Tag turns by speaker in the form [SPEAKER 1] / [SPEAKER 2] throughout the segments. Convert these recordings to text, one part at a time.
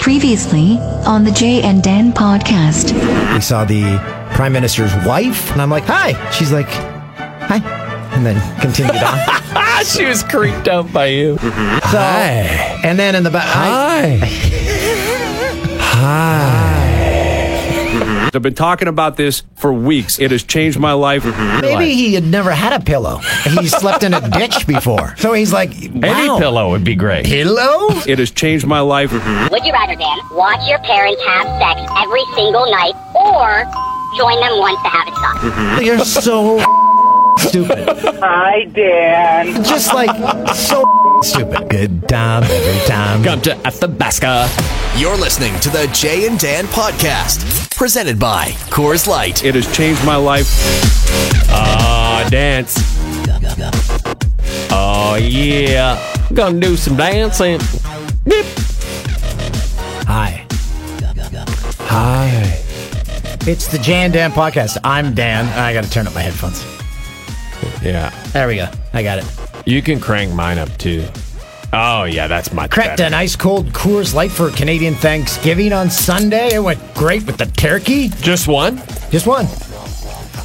[SPEAKER 1] Previously on the Jay and Dan podcast.
[SPEAKER 2] we saw the prime minister's wife, and I'm like, "Hi." She's like, "Hi," and then continued on.
[SPEAKER 3] Ah, she was creeped out by you.
[SPEAKER 2] So, and then in the back,
[SPEAKER 4] Hi.
[SPEAKER 3] I've been talking about this for weeks. It has changed my life.
[SPEAKER 2] maybe he had never had a pillow. He slept in a ditch before, so he's like,
[SPEAKER 4] Any
[SPEAKER 2] "Wow,
[SPEAKER 4] pillow would be great.
[SPEAKER 2] pillow."
[SPEAKER 3] It has changed my life.
[SPEAKER 5] Would you rather, Dan, watch your parents have sex every single night or join them once to have it stop?
[SPEAKER 2] You're so stupid.
[SPEAKER 6] Hi, Dan.
[SPEAKER 2] Just like so stupid. Good time every time.
[SPEAKER 4] Come to Athabasca.
[SPEAKER 7] You're listening to the Jay and Dan podcast, presented by Coors Light.
[SPEAKER 3] It has changed my life.
[SPEAKER 4] Ah, dance. Oh, yeah. Gonna do some dancing. Dip.
[SPEAKER 2] Hi. Hi. It's the Jay and Dan podcast. I'm Dan. I got to turn up my headphones.
[SPEAKER 4] Yeah.
[SPEAKER 2] There we go. I got it.
[SPEAKER 4] You can crank mine up too. Oh, yeah, that's my
[SPEAKER 2] Cracked an ice cold Coors Light for Canadian Thanksgiving on Sunday. It went great with the turkey.
[SPEAKER 4] Just one?
[SPEAKER 2] Just one.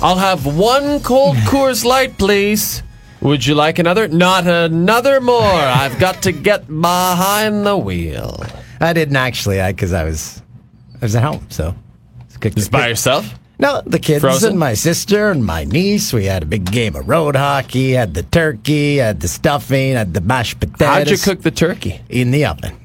[SPEAKER 4] I'll have one cold Coors Light, please. Would you like another? Not another more. I've got to get behind the wheel.
[SPEAKER 2] I didn't actually, I because I was I was at home, so it's good.
[SPEAKER 4] Just by yourself?
[SPEAKER 2] No, the kids
[SPEAKER 4] Frozen?
[SPEAKER 2] and my sister and my niece. We had a big game of road hockey. Had the turkey. Had the stuffing. Had the mashed
[SPEAKER 4] How'd
[SPEAKER 2] potatoes.
[SPEAKER 4] you cook the turkey?
[SPEAKER 2] in the oven?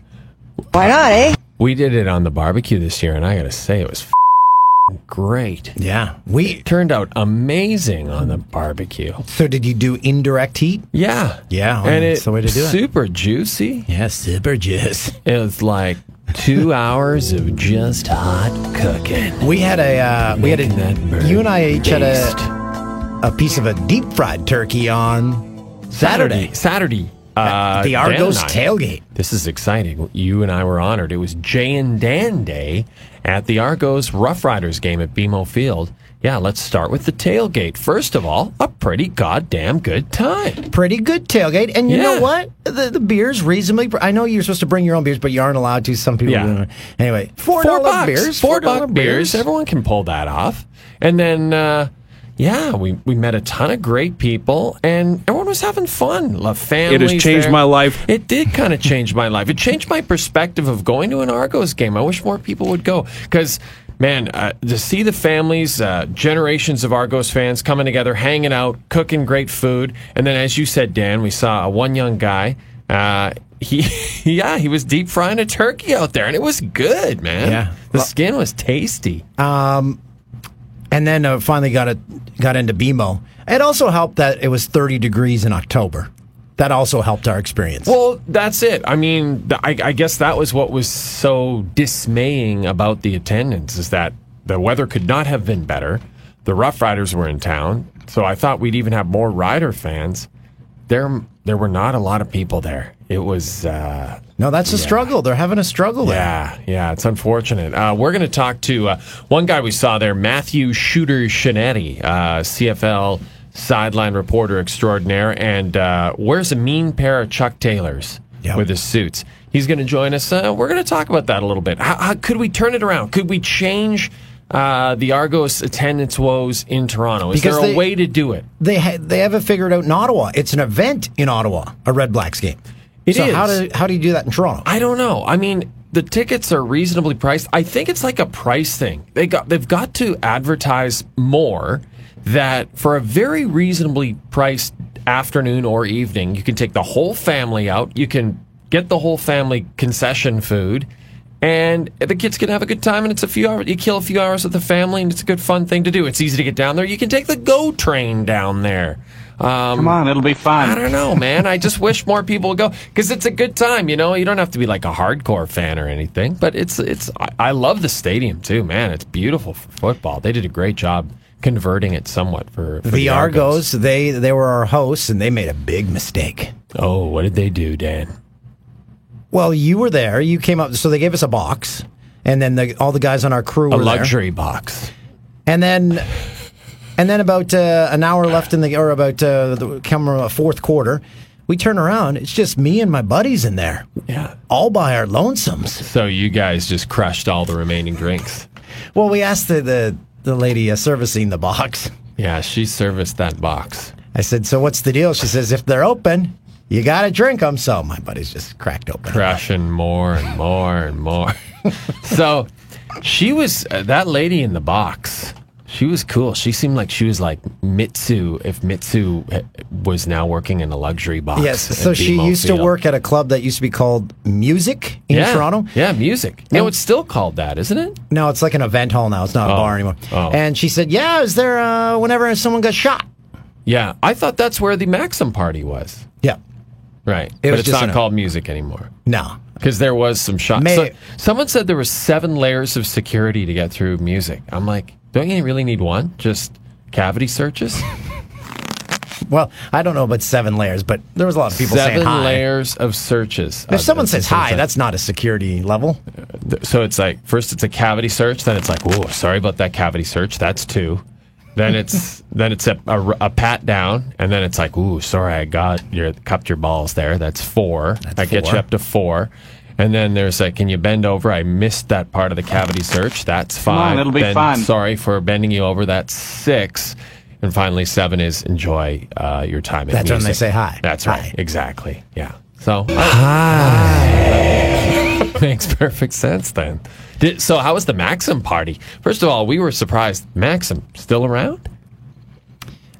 [SPEAKER 4] We did it on the barbecue this year, and I gotta say, it was f***ing great.
[SPEAKER 2] Yeah, we.
[SPEAKER 4] Turned out amazing on the barbecue.
[SPEAKER 2] So did you do indirect heat?
[SPEAKER 4] Yeah.
[SPEAKER 2] Yeah,
[SPEAKER 4] And
[SPEAKER 2] that's
[SPEAKER 4] it's
[SPEAKER 2] the way to do it.
[SPEAKER 4] super juicy.
[SPEAKER 2] Yeah, super juice.
[SPEAKER 4] It was like two hours of just hot cooking.
[SPEAKER 2] We had a uh, we had a
[SPEAKER 4] Making that bird
[SPEAKER 2] you and I each had
[SPEAKER 4] baste.
[SPEAKER 2] a a piece of a deep fried turkey on Saturday.
[SPEAKER 4] Saturday. Uh,
[SPEAKER 2] the
[SPEAKER 4] Dan
[SPEAKER 2] Argos
[SPEAKER 4] and I-
[SPEAKER 2] tailgate.
[SPEAKER 4] This is exciting. You and I were honored. It was Jay and Dan Day at the Argos Rough Riders game at BMO Field. Yeah, let's start with the tailgate. First of all, a pretty goddamn good time.
[SPEAKER 2] Pretty good tailgate, and you know
[SPEAKER 4] Yeah.
[SPEAKER 2] what? The, the beers reasonably. Pr- I know you're supposed to bring your own beers, but you aren't allowed to. Some people.
[SPEAKER 4] Yeah.
[SPEAKER 2] don't. Anyway, four
[SPEAKER 4] Four
[SPEAKER 2] dollar
[SPEAKER 4] bucks.
[SPEAKER 2] beers.
[SPEAKER 4] Four
[SPEAKER 2] dollar
[SPEAKER 4] buck beers. Everyone can pull that off. And then, uh, yeah, we, we met a ton of great people, and everyone was having fun. La family.
[SPEAKER 3] changed my life.
[SPEAKER 4] It did kind of change my life. It changed my perspective of going to an Argos game. I wish more people would go because, man, uh, to see the families, uh, generations of Argos fans coming together, hanging out, cooking great food, and then as you said, Dan, we saw a one young guy. Uh, he, yeah, he was deep frying a turkey out there, and it was good, man.
[SPEAKER 2] Yeah.
[SPEAKER 4] the skin was tasty.
[SPEAKER 2] And then uh, finally got it got into BMO. It also helped that it was 30 degrees in October. That also helped our experience.
[SPEAKER 4] Well, that's it. I mean, th- I, I guess that was what was so dismaying about the attendance is that the weather could not have been better. The Rough Riders were in town, so I thought we'd even have more rider fans. There, there were not a lot of people there. It was, uh,
[SPEAKER 2] no, that's a struggle. They're having a struggle there.
[SPEAKER 4] yeah, yeah, it's unfortunate. Uh, we're going to talk to uh, one guy we saw there, Matthew Shooter Shinetti, uh, CFL sideline reporter extraordinaire, and uh, wears a mean pair of Chuck Taylors
[SPEAKER 2] Yep.
[SPEAKER 4] with his suits. He's going to join us. Uh, we're going to talk about that a little bit. How, how could we turn it around? Could we change uh, the Argos attendance woes in Toronto? Is
[SPEAKER 2] Because
[SPEAKER 4] there a
[SPEAKER 2] they-
[SPEAKER 4] way to do it?
[SPEAKER 2] they ha- they have it figured out in Ottawa. It's an event in Ottawa, a Red Blacks game.
[SPEAKER 4] It
[SPEAKER 2] so how
[SPEAKER 4] is.
[SPEAKER 2] do how do you do that in Toronto?
[SPEAKER 4] I don't know. I mean, the tickets are reasonably priced. I think it's like a price thing. They got they've got to advertise more that for a very reasonably priced afternoon or evening, you can take the whole family out. You can get the whole family concession food. And the kids can have a good time, and it's a few hours. You kill a few hours with the family, and it's a good fun thing to do. It's easy to get down there. You can take the GO train down there. Um,
[SPEAKER 8] Come on, it'll be
[SPEAKER 4] I
[SPEAKER 8] fun.
[SPEAKER 4] don't know, man. I just wish more people would go because it's a good time. You know, you don't have to be like a hardcore fan or anything, but it's it's. I, I love the stadium too, man. It's beautiful for football. They did a great job converting it somewhat for, for
[SPEAKER 2] the Argos, they they were our hosts and they made a big mistake.
[SPEAKER 4] Oh, what did they do, Dan?
[SPEAKER 2] Well, you were there. You came up, so they gave us a box, and then the, all the guys on our crew
[SPEAKER 4] A
[SPEAKER 2] were
[SPEAKER 4] luxury box.
[SPEAKER 2] there, and then. And then about uh, an hour left in the, or about uh, the camera fourth quarter, We turn around, it's just me and my buddies in there.
[SPEAKER 4] Yeah.
[SPEAKER 2] All by our lonesomes.
[SPEAKER 4] So you guys just crushed all the remaining drinks.
[SPEAKER 2] Well, we asked the, the, the lady uh, servicing the box.
[SPEAKER 4] Yeah, she serviced that box.
[SPEAKER 2] I said, So what's the deal? She says, If they're open, you got to drink them. So my buddies just cracked open.
[SPEAKER 4] Crushing more and more and more. so she was uh, that lady in the box. She was cool. She seemed like she was like Mitsu if Mitsu uh, was now working in a luxury box.
[SPEAKER 2] Yes.
[SPEAKER 4] at
[SPEAKER 2] So she
[SPEAKER 4] BMO
[SPEAKER 2] used to
[SPEAKER 4] Field.
[SPEAKER 2] work at a club that used to be called Music in
[SPEAKER 4] yeah.
[SPEAKER 2] Toronto.
[SPEAKER 4] Yeah, music. No, it's still called that, isn't it?
[SPEAKER 2] No, it's like an event hall now. It's not a bar anymore.
[SPEAKER 4] Oh.
[SPEAKER 2] And she said, Yeah, is there uh, whenever someone got shot?
[SPEAKER 4] Yeah. I thought that's where the Maxim party was.
[SPEAKER 2] Yeah.
[SPEAKER 4] Right.
[SPEAKER 2] was
[SPEAKER 4] but it's
[SPEAKER 2] just
[SPEAKER 4] not
[SPEAKER 2] an-
[SPEAKER 4] called music anymore.
[SPEAKER 2] No.
[SPEAKER 4] Because there was some shots.
[SPEAKER 2] May-
[SPEAKER 4] So- someone said there was seven layers of security to get through music. I'm like, don't you really need one? Just cavity searches?
[SPEAKER 2] Well, I don't know about seven layers, but there was a lot of people
[SPEAKER 4] seven
[SPEAKER 2] saying hi.
[SPEAKER 4] layers of searches. Uh,
[SPEAKER 2] If someone
[SPEAKER 4] that's-
[SPEAKER 2] says hi, that's not a security level.
[SPEAKER 4] th- so it's like first it's a cavity search, then it's like, whoa, sorry about that cavity search. That's two. Then it's then it's a, a r- a pat down, and then it's like, ooh, sorry, I got your cupped your balls there. That's four. I get
[SPEAKER 2] four.
[SPEAKER 4] you up to four. And then there's like, can you bend over? I missed that part of the cavity search. That's five.
[SPEAKER 8] on, it'll be
[SPEAKER 4] Then,
[SPEAKER 8] fun.
[SPEAKER 4] Sorry for bending you over. That's six. And finally, seven is enjoy uh, your time. at
[SPEAKER 2] That's when they
[SPEAKER 4] music.
[SPEAKER 2] say hi.
[SPEAKER 4] That's
[SPEAKER 2] Hi.
[SPEAKER 4] right. Exactly. Yeah. So oh. Makes perfect sense then. Did, so, how was the Maxim party? First of all, we were surprised. Maxim still around?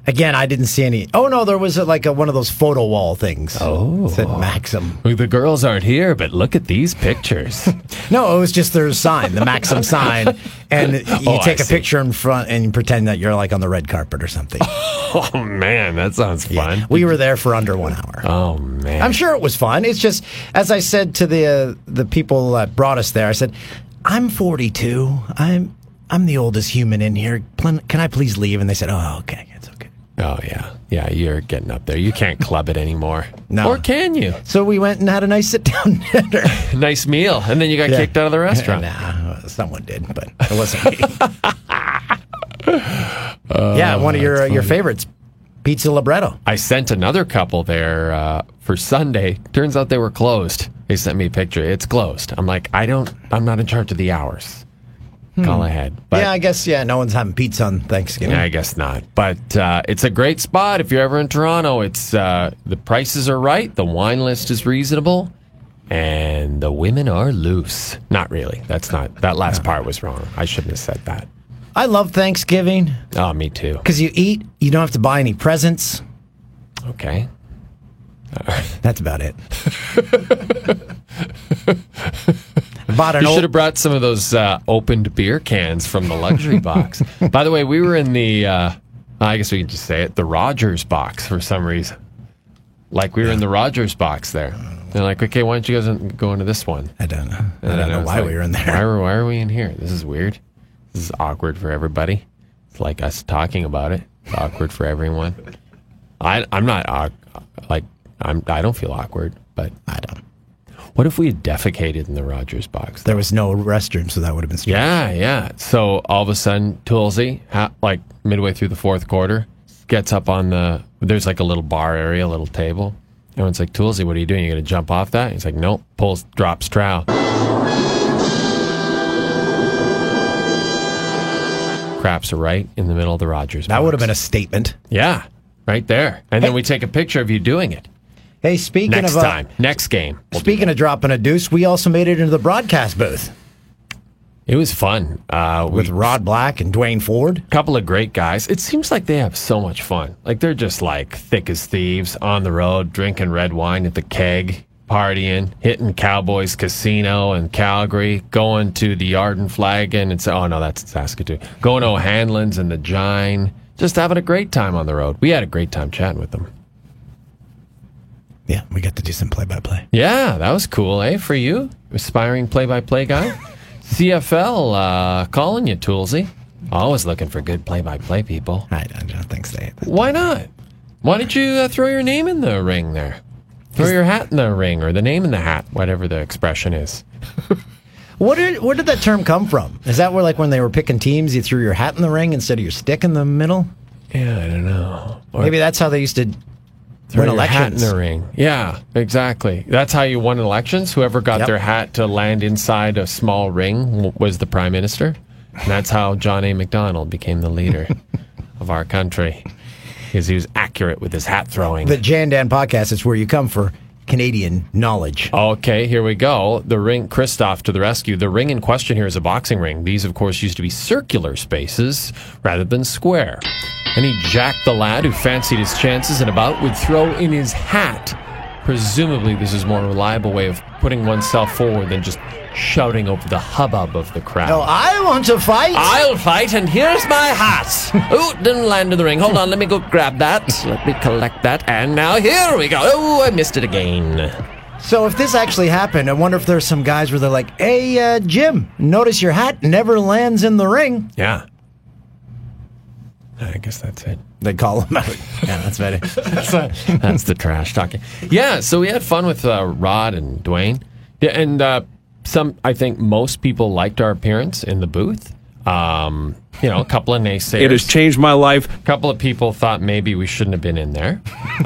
[SPEAKER 2] Again, I didn't see any. Oh no, there was a, like a, one of those photo wall things. Oh, said Maxim.
[SPEAKER 4] Well, The girls aren't here, but look at these pictures.
[SPEAKER 2] No, it was just their sign, the Maxim sign, and you
[SPEAKER 4] Oh, I
[SPEAKER 2] take a
[SPEAKER 4] see.
[SPEAKER 2] picture in front and you pretend that you're like on the red carpet or something.
[SPEAKER 4] oh man, that sounds fun.
[SPEAKER 2] we were there for under one hour.
[SPEAKER 4] oh man,
[SPEAKER 2] I'm sure it was fun. It's just as I said to the uh, the people that brought us there. I said, "I'm 42. I'm I'm the oldest human in here. Plen- Can I please leave?" And they said, "Oh, okay, it's okay."
[SPEAKER 4] Oh yeah, yeah. You're getting up there. You can't club it anymore.
[SPEAKER 2] No.
[SPEAKER 4] Or can you?
[SPEAKER 2] So we went and had a nice sit down dinner.
[SPEAKER 4] Nice meal, and then you got
[SPEAKER 2] Yeah.
[SPEAKER 4] kicked out of the restaurant.
[SPEAKER 2] Nah, someone did, but it wasn't me. yeah, one of your uh, your favorites, pizza libretto.
[SPEAKER 4] I sent another couple there uh, for Sunday. Turns out they were closed. They sent me a picture. It's closed. I'm like, I don't. I'm not in charge of the hours. Call ahead. But
[SPEAKER 2] Hmm. yeah, I guess yeah, no one's having pizza on Thanksgiving.
[SPEAKER 4] Yeah, I guess not. But uh, it's a great spot if you're ever in Toronto. It's uh, the prices are right, the wine list is reasonable, and the women are loose. Not really. That's not. That last part was wrong. I shouldn't have said that.
[SPEAKER 2] I love Thanksgiving
[SPEAKER 4] Oh, me too.
[SPEAKER 2] because you eat, you don't have to buy any presents.
[SPEAKER 4] Okay.
[SPEAKER 2] That's about it. I bought an
[SPEAKER 4] You should
[SPEAKER 2] old,
[SPEAKER 4] have brought some of those uh, opened beer cans from the luxury box. By the way, we were in the. Uh, I guess we can just say it. The Rogers box for some reason. Like we were in the Rogers box there. They're like, okay, why don't you guys go into this one?
[SPEAKER 2] I don't know. I
[SPEAKER 4] And
[SPEAKER 2] don't
[SPEAKER 4] I
[SPEAKER 2] know
[SPEAKER 4] was
[SPEAKER 2] why
[SPEAKER 4] like,
[SPEAKER 2] we were in
[SPEAKER 4] Why
[SPEAKER 2] there.
[SPEAKER 4] are, why are we in here? This is weird. This is awkward for everybody. It's like us talking about it. It's awkward for everyone. I, I'm not awk- like I'm. I don't feel awkward. But
[SPEAKER 2] I don't.
[SPEAKER 4] what if we had defecated in the Rogers box?
[SPEAKER 2] There was no restroom, so that would have been strange.
[SPEAKER 4] Yeah, yeah. So all of a sudden, Toolsy, ha- like midway through the fourth quarter, gets up on the. There's like a little bar area, a little table. Everyone's like, Toolsy, what are you doing? You gonna jump off that? He's like, Nope. Pulls, drops trowel. Craps right in the middle of the Rogers.
[SPEAKER 2] That would have been a statement.
[SPEAKER 4] yeah, right there. And then we take a picture of you doing it
[SPEAKER 2] Hey, speaking
[SPEAKER 4] next
[SPEAKER 2] of uh,
[SPEAKER 4] time, next game. We'll do
[SPEAKER 2] speaking of dropping a deuce, we also made it into the broadcast booth
[SPEAKER 4] that. it was fun uh,
[SPEAKER 2] with
[SPEAKER 4] we-
[SPEAKER 2] Rod Black and Dwayne Ford.
[SPEAKER 4] couple of great guys. It seems like they have so much fun. Like they're just like thick as thieves on the road, drinking red wine at the keg, partying, hitting Cowboys Casino in Calgary, going to the Arden Flagon. It's oh no, that's Saskatoon. Going to O'Hanlon's and the Gine. Just having a great time on the road. We had a great time chatting with them.
[SPEAKER 2] Yeah, we got to do some play by play.
[SPEAKER 4] Yeah, that was cool, eh? For you, aspiring play-by-play guy, CFL uh, calling you, Toolsy. Always looking for good play-by-play people.
[SPEAKER 2] I don't, I don't think so. either.
[SPEAKER 4] Why not? Why don't you uh, throw your name in the ring there? Throw your hat in the ring or the name in the hat, whatever the expression is.
[SPEAKER 2] What did where did that term come from? Is that where like when they were picking teams, you threw your hat in the ring instead of your stick in the middle?
[SPEAKER 4] Yeah, I don't know. Or
[SPEAKER 2] Maybe that's how they used to
[SPEAKER 4] Throw
[SPEAKER 2] win
[SPEAKER 4] your hat in
[SPEAKER 2] elections.
[SPEAKER 4] the ring. Yeah, exactly. That's how you won elections. Whoever got
[SPEAKER 2] Yep.
[SPEAKER 4] their hat to land inside a small ring w- was the prime minister. And that's how John A. McDonald became the leader of our country because he was accurate with his hat throwing.
[SPEAKER 2] The Jan Dan podcast is where you come for Canadian knowledge.
[SPEAKER 4] Okay, here we go. The ring, Christoph to the rescue. The ring in question here is a boxing ring. These, of course, used to be circular spaces rather than square. And he jacked the lad who fancied his chances in a bout would throw in his hat. Presumably, this is a more reliable way of putting oneself forward than just shouting over the hubbub of the crowd.
[SPEAKER 2] Oh, I want to fight.
[SPEAKER 4] I'll fight, and here's my hat. Ooh, didn't land in the ring. Hold on, let me go grab that. Let me collect that. And now here we go. Oh, I missed it again.
[SPEAKER 2] so if this actually happened, I wonder if there's some guys where they're like, "Hey, uh, Jim, notice your hat never lands in the ring."
[SPEAKER 4] Yeah. I guess that's it.
[SPEAKER 2] They call him out. yeah, that's better.
[SPEAKER 4] That's the trash talking. Yeah, so we had fun with uh, Rod and Dwayne. Yeah, and uh, some, I think most people liked our appearance in the booth. Um, you know, a couple of naysayers.
[SPEAKER 3] It has changed my life.
[SPEAKER 4] couple of people thought maybe we shouldn't have been in there.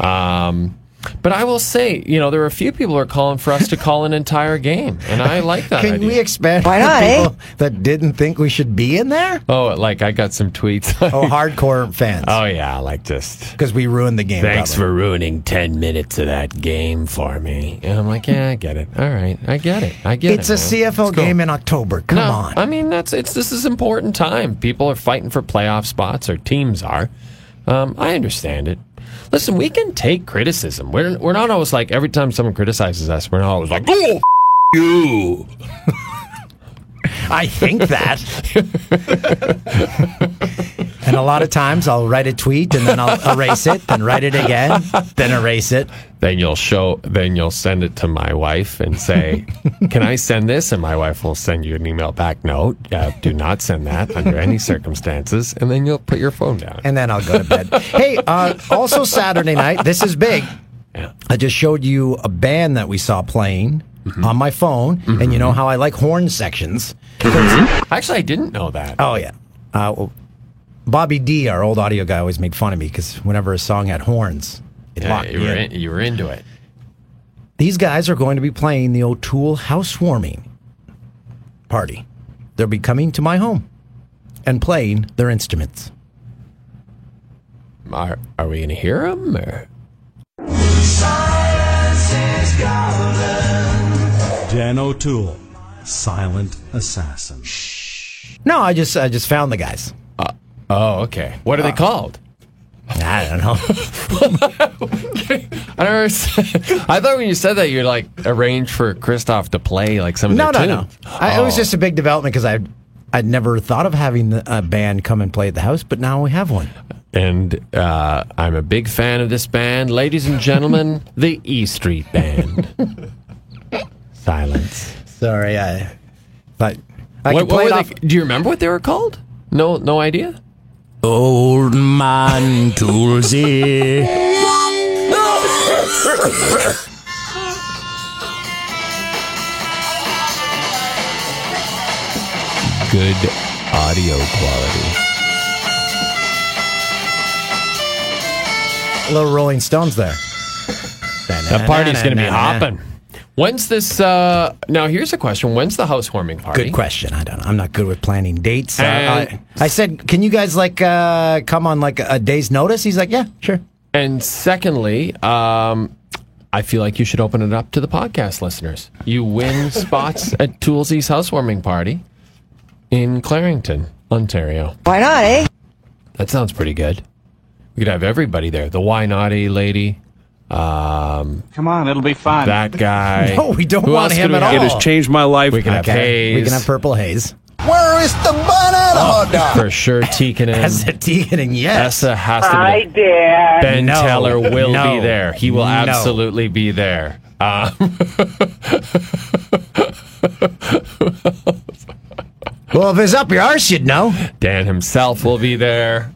[SPEAKER 4] Um, but I will say, you know, there were a few people who are calling for us to call an entire game, and I like that.
[SPEAKER 2] Can
[SPEAKER 4] idea.
[SPEAKER 2] we expand? Why
[SPEAKER 8] not, eh?
[SPEAKER 2] People that didn't think we should be in there.
[SPEAKER 4] oh, like I got some tweets.
[SPEAKER 2] Oh, hardcore fans.
[SPEAKER 4] oh yeah, like just
[SPEAKER 2] Because we ruined the game.
[SPEAKER 4] Thanks
[SPEAKER 2] probably.
[SPEAKER 4] for ruining 10 minutes of that game for me. And I'm like, yeah, I get it. All right. I get it. I get
[SPEAKER 2] It's
[SPEAKER 4] it.
[SPEAKER 2] a
[SPEAKER 4] man.
[SPEAKER 2] CFL
[SPEAKER 4] cool.
[SPEAKER 2] game in October. Come
[SPEAKER 4] No,
[SPEAKER 2] on.
[SPEAKER 4] I mean, that's it's this is important time. People are fighting for playoff spots, or teams are. Um, I understand it. Listen, we can take criticism. We're, we're not always like, every time someone criticizes us, we're not always like, oh, f- you.
[SPEAKER 2] I think that. and a lot of times I'll write a tweet and then I'll erase it, then write it again, then erase it.
[SPEAKER 4] Then you'll show, then you'll send it to my wife and say, can I send this? And my wife will send you an email back. No, uh, do not send that under any circumstances. And then you'll put your phone down.
[SPEAKER 2] And then I'll go to bed. hey, uh, also Saturday night, this is big.
[SPEAKER 4] Yeah.
[SPEAKER 2] I just showed you a band that we saw playing on my phone. And you know how I like horn sections.
[SPEAKER 4] Actually, I didn't know that.
[SPEAKER 2] Oh yeah. Uh, well, Bobby D, our old audio guy, always made fun of me because whenever a song had horns, it
[SPEAKER 4] Yeah,
[SPEAKER 2] locked
[SPEAKER 4] you,
[SPEAKER 2] me
[SPEAKER 4] were
[SPEAKER 2] in.
[SPEAKER 4] in, you were into it.
[SPEAKER 2] These guys are going to be playing the O'Toole housewarming party. They'll be coming to my home and playing their instruments.
[SPEAKER 4] Are, are we going to hear him? Or?
[SPEAKER 9] Dan O'Toole, Silent Assassin.
[SPEAKER 2] No, I just I just found the guys.
[SPEAKER 4] Oh, okay. What are they called?
[SPEAKER 2] I don't know.
[SPEAKER 4] I don't understand. I thought when you said that, you're like arrange for Christoph to play like some of
[SPEAKER 2] no,
[SPEAKER 4] their
[SPEAKER 2] no, no.
[SPEAKER 4] tunes.
[SPEAKER 2] I, It
[SPEAKER 4] Oh.
[SPEAKER 2] was just a big development because I I'd never thought of having the- a band come and play at the house, but now we have one.
[SPEAKER 4] And uh, I'm a big fan of this band, ladies and gentlemen, the E Street Band. Silence.
[SPEAKER 2] Sorry, I but I
[SPEAKER 4] What-
[SPEAKER 2] can
[SPEAKER 4] what
[SPEAKER 2] play
[SPEAKER 4] were
[SPEAKER 2] it
[SPEAKER 4] they-
[SPEAKER 2] off.
[SPEAKER 4] do you remember what they were called? No, no idea.
[SPEAKER 7] Old man Toolsy.
[SPEAKER 4] Good audio quality.
[SPEAKER 2] Little Rolling Stones there.
[SPEAKER 4] The party's going to be hopping. When's this? Uh, now, here's a question. When's the housewarming party?
[SPEAKER 2] Good question. I don't know. I'm not good with planning dates. I-
[SPEAKER 4] And-
[SPEAKER 2] I, I said, can you guys like uh, come on like a day's notice? He's like, yeah, sure.
[SPEAKER 4] And secondly, um, I feel like you should open it up to the podcast listeners. You win spots at Toolsy's housewarming party in Clarington, Ontario.
[SPEAKER 8] Why not, eh?
[SPEAKER 4] That sounds pretty good. We could have everybody there. The why naughty lady, um,
[SPEAKER 6] Come on, it'll be fun.
[SPEAKER 4] that guy.
[SPEAKER 2] No, we don't
[SPEAKER 4] Who
[SPEAKER 2] want
[SPEAKER 4] else
[SPEAKER 2] him
[SPEAKER 4] could we
[SPEAKER 2] at
[SPEAKER 4] have?
[SPEAKER 3] It has
[SPEAKER 2] all.
[SPEAKER 3] changed my life.
[SPEAKER 4] We can have Hayes.
[SPEAKER 2] We can have Purple Haze. Oh,
[SPEAKER 7] Where is the banana hot dog?
[SPEAKER 4] for sure. Teakin,
[SPEAKER 2] That's a Tegan and yes.
[SPEAKER 4] Essa has to be
[SPEAKER 6] Hi,
[SPEAKER 4] there.
[SPEAKER 6] Dan.
[SPEAKER 4] Ben
[SPEAKER 2] No.
[SPEAKER 4] Teller will
[SPEAKER 2] No.
[SPEAKER 4] be there. He will
[SPEAKER 2] No.
[SPEAKER 4] absolutely be there. Uh,
[SPEAKER 2] well, if it's up your arse, you'd know.
[SPEAKER 4] Dan himself will be there.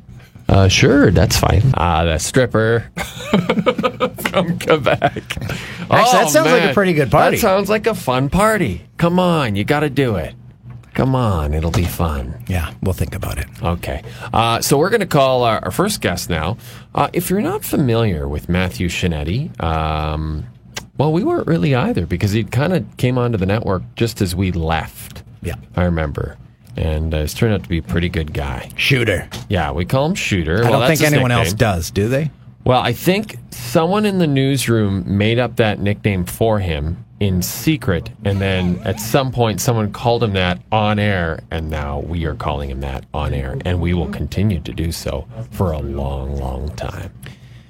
[SPEAKER 4] Uh, sure, that's fine. Uh, the stripper from Quebec. Oh, Actually,
[SPEAKER 2] that sounds like a pretty good party.
[SPEAKER 4] That sounds like a fun party. Come on, you got to do it. Come on, it'll be fun.
[SPEAKER 2] Yeah, we'll think about it.
[SPEAKER 4] Okay. Uh, so we're going to call our, our first guest now. Uh, if you're not familiar with Matthew Shinetti, um, well, we weren't really either because he kind of came onto the network just as we left.
[SPEAKER 2] Yeah.
[SPEAKER 4] I remember. And uh, he's turned out to be a pretty good guy.
[SPEAKER 2] Shooter.
[SPEAKER 4] Yeah, we call him Shooter.
[SPEAKER 2] I don't think anyone else does, do they?
[SPEAKER 4] Well, I think someone in the newsroom made up that nickname for him in secret, and then at some point someone called him that on air, and now we are calling him that on air, and we will continue to do so for a long, long time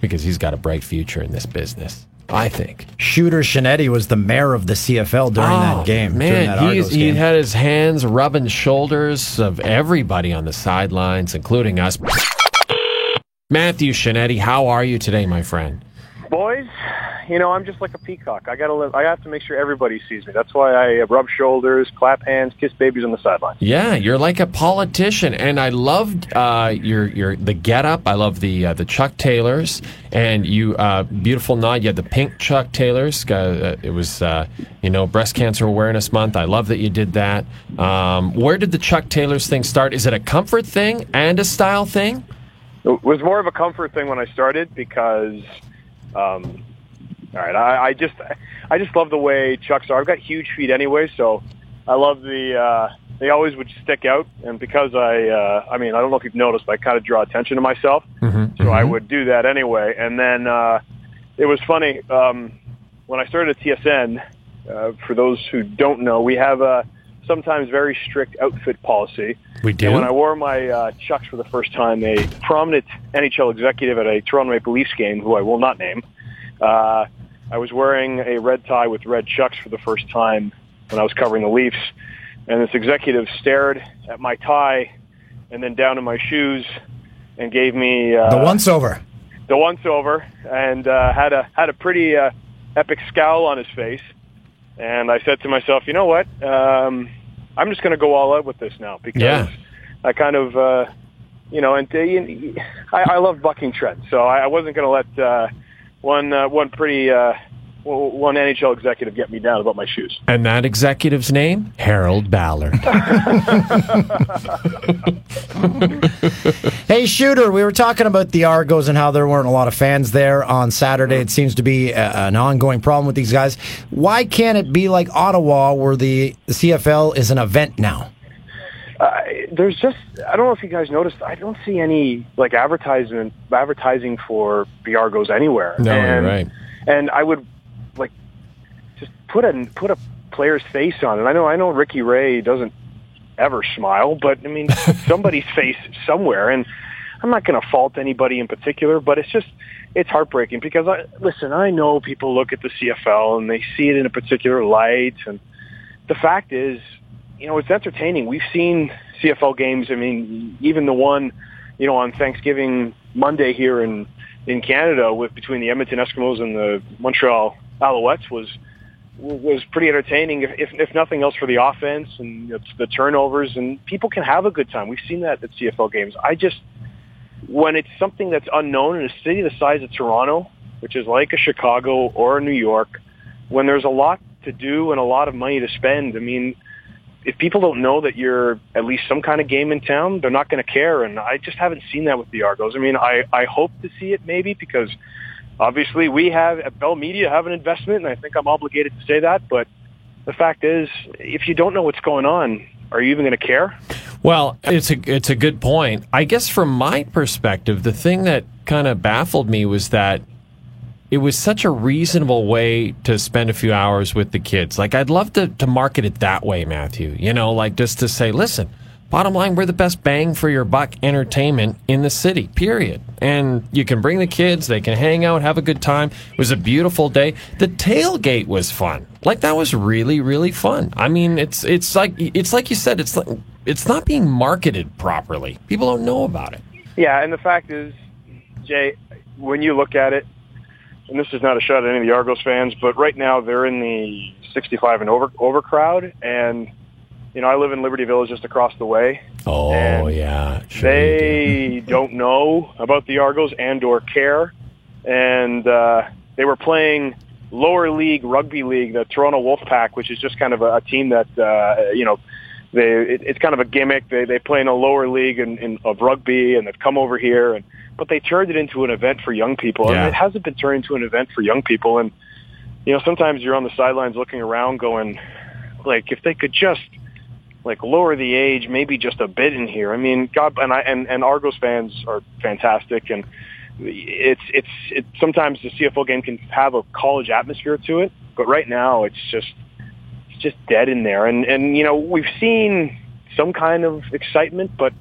[SPEAKER 4] because he's got a bright future in this business. I think.
[SPEAKER 2] Shooter Shinetti was the mayor of the CFL during
[SPEAKER 4] Oh,
[SPEAKER 2] that game. during that
[SPEAKER 4] Man, he's,
[SPEAKER 2] Argos
[SPEAKER 4] he
[SPEAKER 2] game.
[SPEAKER 4] had his hands rubbing shoulders of everybody on the sidelines, including us. Matthew Shinetti, how are you today, my friend?
[SPEAKER 10] boys, you know, I'm just like a peacock. I gotta live. I have to make sure everybody sees me. That's why I uh, rub shoulders, clap hands, kiss babies on the sideline.
[SPEAKER 4] Yeah, you're like a politician, and I loved uh, your your the get up. I love the uh, the Chuck Taylors, and you uh, beautiful nod. You had the pink Chuck Taylors. Uh, it was uh, you know Breast Cancer Awareness Month. I love that you did that. Um, where did the Chuck Taylors thing start? Is it a comfort thing and a style thing?
[SPEAKER 10] It was more of a comfort thing when I started because, um, all right, I, I just, I just love the way Chucks are. I've got huge feet anyway, so I love the. Uh, they always would stick out, and because I, uh, I mean, I don't know if you've noticed, but I kind of draw attention to myself, so I
[SPEAKER 4] Mm-hmm.
[SPEAKER 10] would do that anyway. And then uh, it was funny um, when I started at TSN. Uh, for those who don't know, we have a sometimes very strict outfit policy.
[SPEAKER 4] We do?
[SPEAKER 10] And when I wore my uh, Chucks for the first time, a prominent NHL executive at a Toronto Maple Leafs game, who I will not name, uh, I was wearing a red tie with red Chucks for the first time when I was covering the Leafs, and this executive stared at my tie and then down to my shoes and gave me uh,
[SPEAKER 2] the once over.
[SPEAKER 10] the once over and uh, had a had a pretty uh, epic scowl on his face. And I said to myself, you know what? Um, I'm just going to go all out with this now because
[SPEAKER 4] Yeah.
[SPEAKER 10] I kind of, uh, you know, and and I, I love bucking trends, so I, I wasn't going to let uh, one uh, one pretty uh, w- one NHL executive get me down about my shoes.
[SPEAKER 4] And that executive's name Harold Ballard.
[SPEAKER 2] Hey, Shooter, we were talking about the Argos and how there weren't a lot of fans there on Saturday. It seems to be a, an ongoing problem with these guys. Why can't it be like Ottawa, where the CFL is an event now?
[SPEAKER 10] I- there's just I don't know if you guys noticed I don't see any like advertisement advertising for Biargos anywhere.
[SPEAKER 4] No, you're
[SPEAKER 10] and,
[SPEAKER 4] right.
[SPEAKER 10] And I would like just put a put a player's face on it. I know I know Ricky Ray doesn't ever smile, but I mean somebody's face somewhere. And I'm not going to fault anybody in particular, but it's just it's heartbreaking because I listen. I know people look at the CFL and they see it in a particular light, and the fact is, you know, it's entertaining. We've seen CFL games. I mean, even the one, you know, on Thanksgiving Monday here in in Canada with between the Edmonton Eskimos and the Montreal Alouettes was was pretty entertaining, if, if, if nothing else for the offense and it's the turnovers. And people can have a good time. We've seen that at CFL games. I just, when it's something that's unknown in a city the size of Toronto, which is like a Chicago or a New York, when there's a lot to do and a lot of money to spend, I mean, if people don't know that you're at least some kind of game in town, they're not going to care. And I just haven't seen that with the Argos. I mean, I, I hope to see it maybe because obviously we have at Bell Media have an investment, and I think I'm obligated to say that. But the fact is, if you don't know what's going on, are you even going to care?
[SPEAKER 4] Well, it's a it's a good point. I guess from my perspective, the thing that kind of baffled me was that it was such a reasonable way to spend a few hours with the kids. Like I'd love to to market it that way, Matthew. You know, like just to say, listen, bottom line, we're the best bang for your buck entertainment in the city. Period. And you can bring the kids, they can hang out, have a good time. It was a beautiful day. The tailgate was fun. Like that was really really fun. I mean, it's it's like it's like you said, it's like it's not being marketed properly. People don't know about it.
[SPEAKER 10] Yeah, and the fact is, Jay, when you look at it, and this is not a shot at any of the Argos fans, but right now they're in the 65 and over overcrowd, and you know I live in Liberty Village just across the way.
[SPEAKER 4] Oh
[SPEAKER 10] And
[SPEAKER 4] yeah, sure you do.
[SPEAKER 10] they don't know about the Argos and or care. And uh, they were playing lower league rugby league, the Toronto Wolfpack, which is just kind of a, a team that uh, you know They, it, it's kind of a gimmick. They, they play in a lower league in, in, of rugby, and they've come over here, and but they turned it into an event for young people,
[SPEAKER 11] Yeah.
[SPEAKER 10] and it hasn't been turned into an event for young people. And you know, sometimes you're on the sidelines looking around, going, like, if they could just like lower the age, maybe just a bit in here. I mean, God, and I and, and Argos fans are fantastic, and it's it's it, sometimes the CFL game can have a college atmosphere to it, but right now it's just it's just dead in there. And and you know we've seen some kind of excitement, but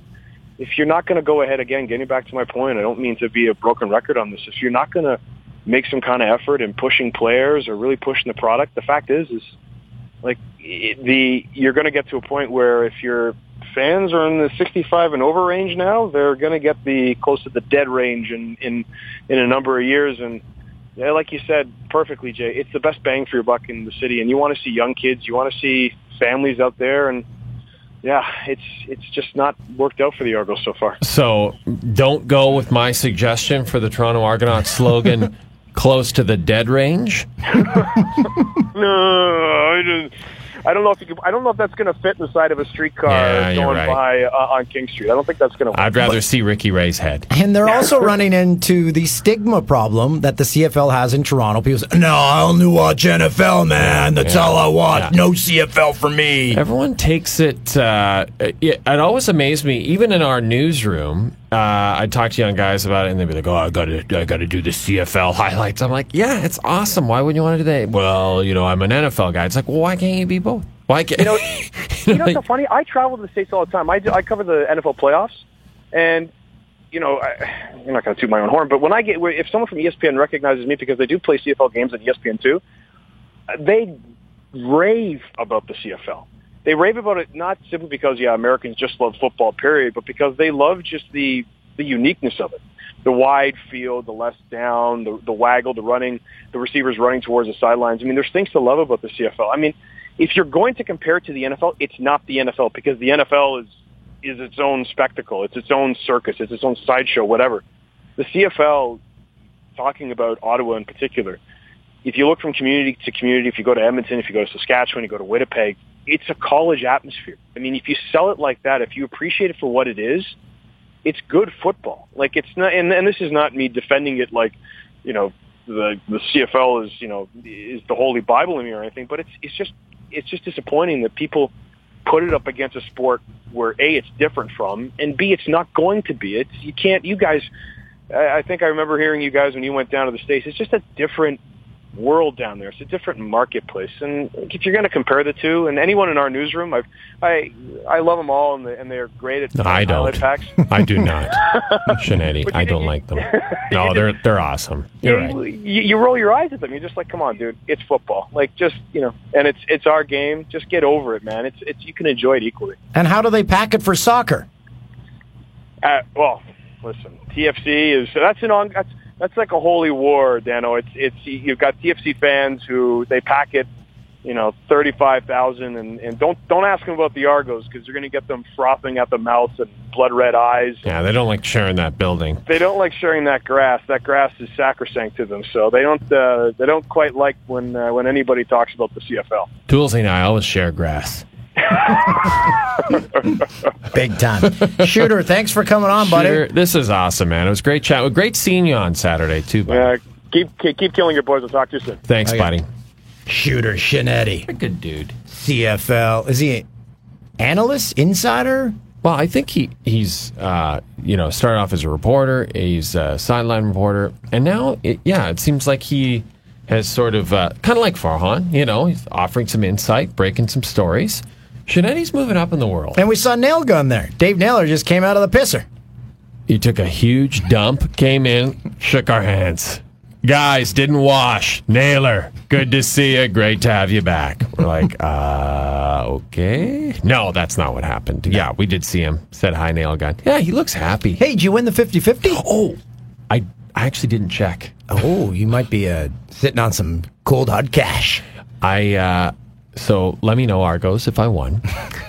[SPEAKER 10] if you're not going to go ahead again, getting back to my point, I don't mean to be a broken record on this. If you're not going to make some kind of effort in pushing players or really pushing the product, the fact is is like it- the you're going to get to a point where if your fans are in the 65 and over range now, they're going to get the close to the dead range in in in a number of years. And yeah, like you said perfectly, Jay, it's the best bang for your buck in the city. And you want to see young kids, you want to see families out there, and yeah, it's it's just not worked out for the Argos so far.
[SPEAKER 4] So don't go with my suggestion for the Toronto Argonauts slogan, close to the dead range.
[SPEAKER 10] No, I don't. I don't know if you could, I don't know if that's going to fit in the side of a streetcar
[SPEAKER 4] Yeah, you're
[SPEAKER 10] going
[SPEAKER 4] right.
[SPEAKER 10] by uh, on King Street. I don't think that's going to.
[SPEAKER 4] I'd rather see Ricky Ray's head.
[SPEAKER 2] And they're also running into the stigma problem that the CFL has in Toronto. People say, no, I only Oh, watch NFL, man. That's all I watch. No CFL for me.
[SPEAKER 4] Everyone takes it. Uh, it, it always amazed me, even in our newsroom. Uh, I talk to young guys about it, and they'd be like, "Oh, I got to, I got to do the CFL highlights." I'm like, "Yeah, it's awesome. Why wouldn't you want to do that?" Well, you know, I'm an NFL guy. It's like, well, why can't you be both? Why can't you? Know,
[SPEAKER 10] you know, it's so funny. I travel to the states all the time. I, do, I cover the NFL playoffs, and you know, I, I'm not going to toot my own horn, but when I get where- if someone from E ESPN recognizes me because they do play CFL games at E ESPN too, they rave about the CFL. They rave about it not simply because yeah, Americans just love football, period, but because they love just the the uniqueness of it. The wide field, the less down, the, the waggle, the running, the receivers running towards the sidelines. I mean, there's things to love about the CFL. I mean, if you're going to compare it to the NFL, it's not the NFL because the NFL is is its own spectacle, it's its own circus, it's its own sideshow, whatever. The CFL, talking about Ottawa in particular, if you look from community to community, if you go to Edmonton, if you go to Saskatchewan, you go to Winnipeg, it's a college atmosphere. I mean, if you sell it like that, if you appreciate it for what it is, it's good football. Like it's not, and, and this is not me defending it like, you know, the the CFL is you know is the holy bible in me or anything, but it's it's just it's just disappointing that people put it up against a sport where a it's different from and b it's not going to be. It's you can't you guys. I, I think I remember hearing you guys when you went down to the states. It's just a different world down there. It's a different marketplace, and if you're going to compare the two, and anyone in our newsroom, I've, I I love them all, and, they- and they're great at
[SPEAKER 4] I don't.
[SPEAKER 10] highlight packs.
[SPEAKER 4] I do not, Shanetti. I don't like them. No, they're they're awesome. You're right.
[SPEAKER 10] you, you, you roll your eyes at them. You're just like, come on, dude, it's football. Like, just you know, and it's it's our game. Just get over it, man. It's it's you can enjoy it equally.
[SPEAKER 2] And how do they pack it for soccer?
[SPEAKER 10] Uh, well, listen, TFC is that's an on that's that's like a holy war, Dano. It's it's you've got TFC fans who they pack it, you know, thirty five thousand, and and don't don't ask them about the Argos because you're going to get them frothing at the mouth and blood red eyes.
[SPEAKER 4] Yeah, they don't like sharing that building.
[SPEAKER 10] they don't like sharing that grass. That grass is sacrosanct to them, so they don't uh, they don't quite like when uh, when anybody talks about the CFL.
[SPEAKER 4] Toolsy and I always share grass.
[SPEAKER 2] Big time. Shooter, thanks for coming on, buddy.
[SPEAKER 4] Shooter, this is awesome, man. It was great chat. Great seeing you on Saturday too, buddy.
[SPEAKER 10] Uh, keep keep killing your boys. I'll talk to you soon.
[SPEAKER 4] Thanks, buddy.
[SPEAKER 2] Shooter Shinetti,
[SPEAKER 4] Good dude.
[SPEAKER 2] CFL. Is he analyst, insider?
[SPEAKER 4] Well, I think he he's uh, you know started off as a reporter, he's a sideline reporter, and now it, yeah, it seems like he has sort of uh, kind of like Farhan, you know, he's offering some insight, breaking some stories. Shenetti's moving up in the world.
[SPEAKER 2] And we saw Nail Gun there. Dave Naylor just came out of the pisser.
[SPEAKER 4] He took a huge dump, came in, shook our hands. Guys, didn't wash. Naylor, good to see you. Great to have you back. We're like, uh, okay. No, that's not what happened. Yeah, we did see him. Said hi, Nail Gun. Yeah, he looks happy.
[SPEAKER 2] Hey, did you win the 50 50?
[SPEAKER 4] Oh, I, I actually didn't check.
[SPEAKER 2] Oh, you might be uh, sitting on some cold hard cash.
[SPEAKER 4] I uh, so let me know Argos if I won.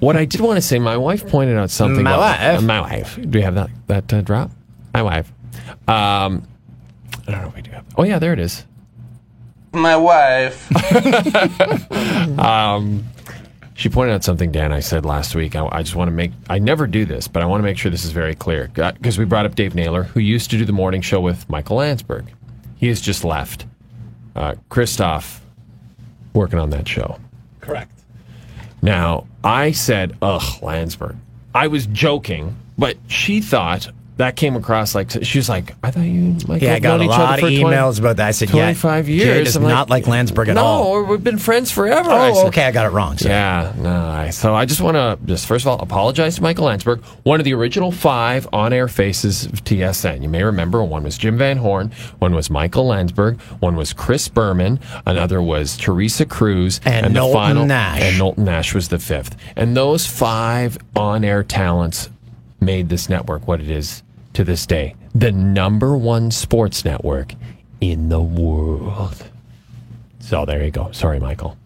[SPEAKER 4] what I did want to say, my wife pointed out something.
[SPEAKER 2] My
[SPEAKER 4] about-
[SPEAKER 2] wife?
[SPEAKER 4] my wife. Do you have that that uh, drop? My wife. Um, I don't know if we do have. Oh yeah, there it is.
[SPEAKER 12] My wife.
[SPEAKER 4] She pointed out something, Dan, I said last week. I, I just want to make, I never do this, but I want to make sure this is very clear. Because we brought up Dave Naylor, who used to do the morning show with Michael Landsberg. He has just left. Uh, Christoph working on that show.
[SPEAKER 13] Correct.
[SPEAKER 4] Now, I said, ugh, Landsberg. I was joking, but she thought that came across like, she was like, I thought you like,
[SPEAKER 2] yeah, I
[SPEAKER 4] have
[SPEAKER 2] got
[SPEAKER 4] known
[SPEAKER 2] a
[SPEAKER 4] each
[SPEAKER 2] lot
[SPEAKER 4] other
[SPEAKER 2] of
[SPEAKER 4] for 20
[SPEAKER 2] emails about that. I said, yeah,
[SPEAKER 4] 25
[SPEAKER 2] Jay
[SPEAKER 4] years.
[SPEAKER 2] does
[SPEAKER 4] I'm like,
[SPEAKER 2] not like Landsberg at
[SPEAKER 4] no,
[SPEAKER 2] all.
[SPEAKER 4] or we've been friends forever. I
[SPEAKER 2] Oh,
[SPEAKER 4] said.
[SPEAKER 2] okay, I got it wrong. So.
[SPEAKER 4] Yeah, no. I- So I just want to just first of all apologize to Michael Landsberg, one of the original five on-air faces of TSN. You may remember one was Jim Van Horn, one was Michael Landsberg, one was Chris Berman, another was Teresa Cruz,
[SPEAKER 2] And Knowlton Nash.
[SPEAKER 4] and Knowlton Nash was the fifth. And those five on-air talents made this network what it is to this day, the number one sports network in the world. So there you go. Sorry, Michael.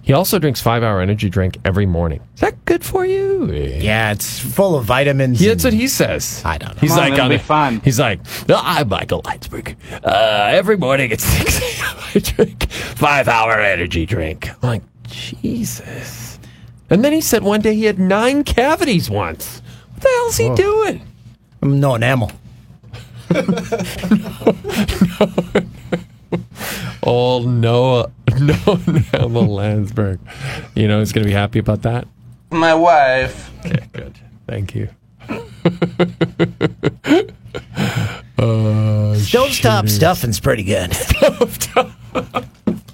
[SPEAKER 4] He also drinks five hour energy drink every morning. Is that good for you? Yeah,
[SPEAKER 2] Yeah, it's full of vitamins.
[SPEAKER 4] that's what he says.
[SPEAKER 2] I don't know.
[SPEAKER 4] He's
[SPEAKER 6] Come on,
[SPEAKER 4] like,
[SPEAKER 6] it'll
[SPEAKER 4] on
[SPEAKER 6] be
[SPEAKER 4] it.
[SPEAKER 6] fun.
[SPEAKER 4] He's like, "No, I'm Michael Landsberg. Uh, every morning at 6 a.m., I drink five hour energy drink. I'm like, Jesus. And then he said one day he had nine cavities once. What the hell's he doing?
[SPEAKER 2] I'm no enamel.
[SPEAKER 4] Old Noah, Noah Noah Landsberg. You know, he's going to be happy about that.
[SPEAKER 6] My wife.
[SPEAKER 4] Okay, good. Thank you.
[SPEAKER 2] Stovetop stuffing's pretty good.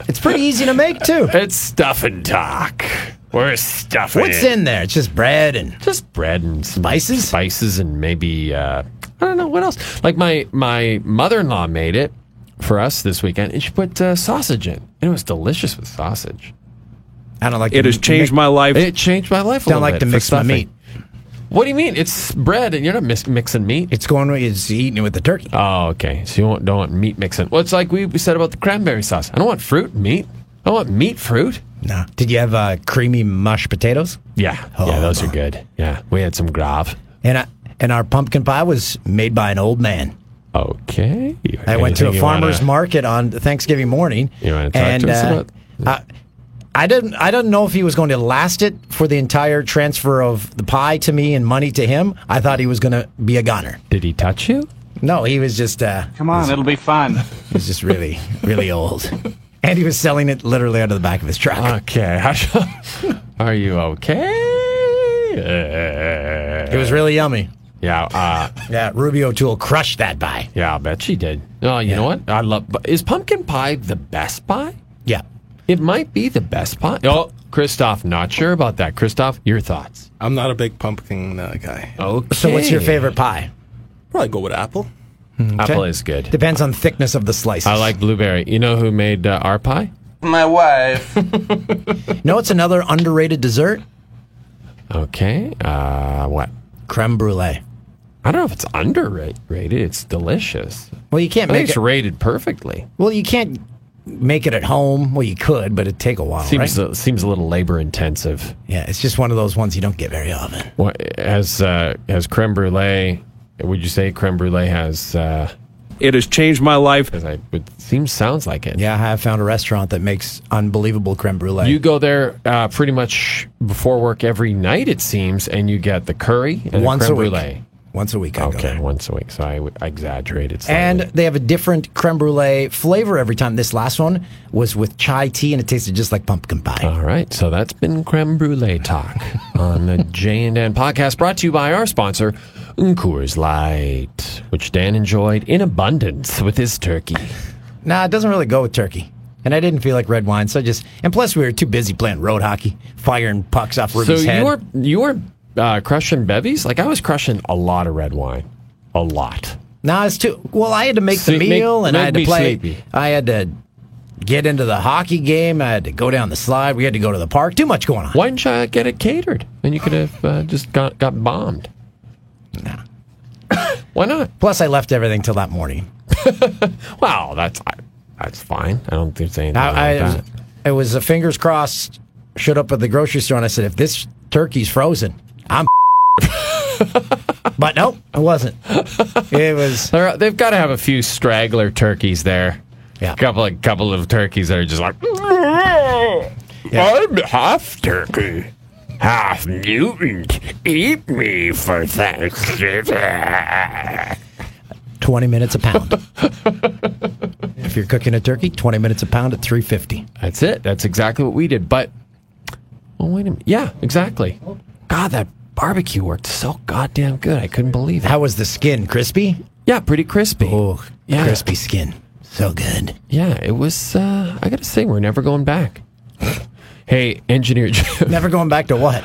[SPEAKER 2] it's pretty easy to make too.
[SPEAKER 4] It's stuff and talk. We're stuffing.
[SPEAKER 2] What's
[SPEAKER 4] it.
[SPEAKER 2] in there? It's just bread and
[SPEAKER 4] Just bread and some
[SPEAKER 2] Spices?
[SPEAKER 4] spices, and maybe uh, I don't know what else. Like my my mother in law made it for us this weekend, and she put uh, sausage in, and it was delicious with sausage.
[SPEAKER 2] I don't like.
[SPEAKER 3] It
[SPEAKER 2] to
[SPEAKER 3] has changed
[SPEAKER 2] make-
[SPEAKER 3] my life.
[SPEAKER 4] It changed my life. A
[SPEAKER 2] Don't
[SPEAKER 4] little
[SPEAKER 2] like
[SPEAKER 4] bit
[SPEAKER 2] to
[SPEAKER 4] for
[SPEAKER 2] mix my
[SPEAKER 4] stuffing.
[SPEAKER 2] meat.
[SPEAKER 4] What do you mean? It's bread, and you're not mis- mixing meat.
[SPEAKER 2] It's going with it's eating it with the turkey.
[SPEAKER 4] Oh, okay. So you won't, don't want meat mixing. Well, it's like we we said about the cranberry sauce. I don't want fruit and meat. I want meat fruit.
[SPEAKER 2] No. Did you have uh, creamy mashed potatoes?
[SPEAKER 4] Yeah, yeah, those
[SPEAKER 2] Oh.
[SPEAKER 4] are good. Yeah, we had some grave.
[SPEAKER 2] And I, and our pumpkin pie was made by an old man.
[SPEAKER 4] Okay.
[SPEAKER 2] I went to a
[SPEAKER 4] Anything you
[SPEAKER 2] farmer's
[SPEAKER 4] wanna-
[SPEAKER 2] market on Thanksgiving morning.
[SPEAKER 4] You wanna talk
[SPEAKER 2] and,
[SPEAKER 4] to us
[SPEAKER 2] uh,
[SPEAKER 4] about-
[SPEAKER 2] I, I didn't. I didn't know if he was going to last it for the entire transfer of the pie to me and money to him. I thought he was going to be a goner.
[SPEAKER 4] Did he touch you?
[SPEAKER 2] No, he was just. Uh,
[SPEAKER 6] Come on, it'll be fun.
[SPEAKER 2] he was just really, really old, and he was selling it literally out of the back of his truck.
[SPEAKER 4] Okay. Are you okay?
[SPEAKER 2] it was really yummy.
[SPEAKER 4] Uh, Yeah. Uh,
[SPEAKER 2] Yeah, Ruby O'Toole crushed that pie.
[SPEAKER 4] yeah. I bet she did. Oh, you know what? I love. but Is pumpkin pie the best pie?
[SPEAKER 2] Yeah.
[SPEAKER 4] It might be the best pie. Oh, Christoph, not sure about that. Christoph, your thoughts?
[SPEAKER 13] I'm not a big pumpkin uh, guy.
[SPEAKER 4] Okay.
[SPEAKER 2] So, what's your favorite pie?
[SPEAKER 13] Probably go with apple.
[SPEAKER 4] Apple is good.
[SPEAKER 2] Depends on thickness of the slices.
[SPEAKER 4] I like blueberry. You know who made uh, our pie?
[SPEAKER 6] My wife.
[SPEAKER 2] No, it's another underrated dessert.
[SPEAKER 4] Okay. Uh, what?
[SPEAKER 2] Creme brulee.
[SPEAKER 4] I don't know if it's underrated. It's delicious.
[SPEAKER 2] Well, you can't
[SPEAKER 4] I think
[SPEAKER 2] make
[SPEAKER 4] it's
[SPEAKER 2] it.
[SPEAKER 4] rated perfectly.
[SPEAKER 2] Well, you can't make it at home. Well, you could, but it'd take a while,
[SPEAKER 4] Seems
[SPEAKER 2] right?
[SPEAKER 4] a, seems a little labor intensive.
[SPEAKER 2] yeah, it's just one of those ones you don't get very often.
[SPEAKER 4] What as uh, as creme brulee? Would you say creme brulee has? Uh,
[SPEAKER 3] It has changed my life.
[SPEAKER 4] as I would seems sounds like it.
[SPEAKER 2] Yeah, I have found a restaurant that makes unbelievable creme brulee.
[SPEAKER 4] You go there uh, pretty much before work every night, it seems, and you get the curry and
[SPEAKER 2] once
[SPEAKER 4] the
[SPEAKER 2] a
[SPEAKER 4] creme
[SPEAKER 2] week.
[SPEAKER 4] brulee.
[SPEAKER 2] Once a week, I go
[SPEAKER 4] Okay,
[SPEAKER 2] there.
[SPEAKER 4] once a week. So I, w- I exaggerated.
[SPEAKER 2] And
[SPEAKER 4] slightly.
[SPEAKER 2] they have a different creme brulee flavor every time. This last one was with chai tea, and it tasted just like pumpkin pie.
[SPEAKER 4] all right, so that's been creme brulee talk on the Jay and Dan podcast, brought to you by our sponsor, Coors Light, which Dan enjoyed in abundance with his turkey.
[SPEAKER 2] Nah, it doesn't really go with turkey. And I didn't feel like red wine, so I just. And plus, we were too busy playing road hockey, firing pucks off Ruby's
[SPEAKER 4] so
[SPEAKER 2] head.
[SPEAKER 4] you were you were uh, crushing bevies? Like I was crushing a lot of red wine, a lot.
[SPEAKER 2] Nah, it's too. Well, I had to make the
[SPEAKER 4] Sleep-
[SPEAKER 2] meal,
[SPEAKER 4] make-
[SPEAKER 2] and I had to
[SPEAKER 4] make me
[SPEAKER 2] play.
[SPEAKER 4] sleepy.
[SPEAKER 2] I had to get into the hockey game. I had to go down the slide. We had to go to the park. Too much going on.
[SPEAKER 4] Why didn't you uh, get it catered? Then you could have uh, just got got bombed. No. Why not?
[SPEAKER 2] Plus, I left everything till that morning.
[SPEAKER 4] Wow, that's I, that's fine. I don't think there's anything wrong
[SPEAKER 2] I, I,
[SPEAKER 4] with
[SPEAKER 2] it was,
[SPEAKER 4] that.
[SPEAKER 2] it was a fingers crossed. Showed up at the grocery store, and I said, "If this turkey's frozen, I'm." but nope, it wasn't. It was.
[SPEAKER 4] They're, they've got to have a few straggler turkeys there.
[SPEAKER 2] Yeah.
[SPEAKER 4] A couple of couple of turkeys that are just like. I'm half turkey.
[SPEAKER 14] Half mutant, eat me for Thanksgiving.
[SPEAKER 2] 20 minutes a pound. if you're cooking a turkey, 20 minutes a pound at 350.
[SPEAKER 4] That's it. That's exactly what we did. But, well, wait a minute. Yeah, exactly. God, that barbecue worked so goddamn good. I couldn't believe it.
[SPEAKER 2] How was the skin? Crispy?
[SPEAKER 4] Yeah, pretty crispy.
[SPEAKER 2] Oh,
[SPEAKER 4] yeah.
[SPEAKER 2] crispy skin. So good.
[SPEAKER 4] Yeah, it was. Uh, I got to say, we're never going back. hey, engineer Jim,
[SPEAKER 2] Never going back to what?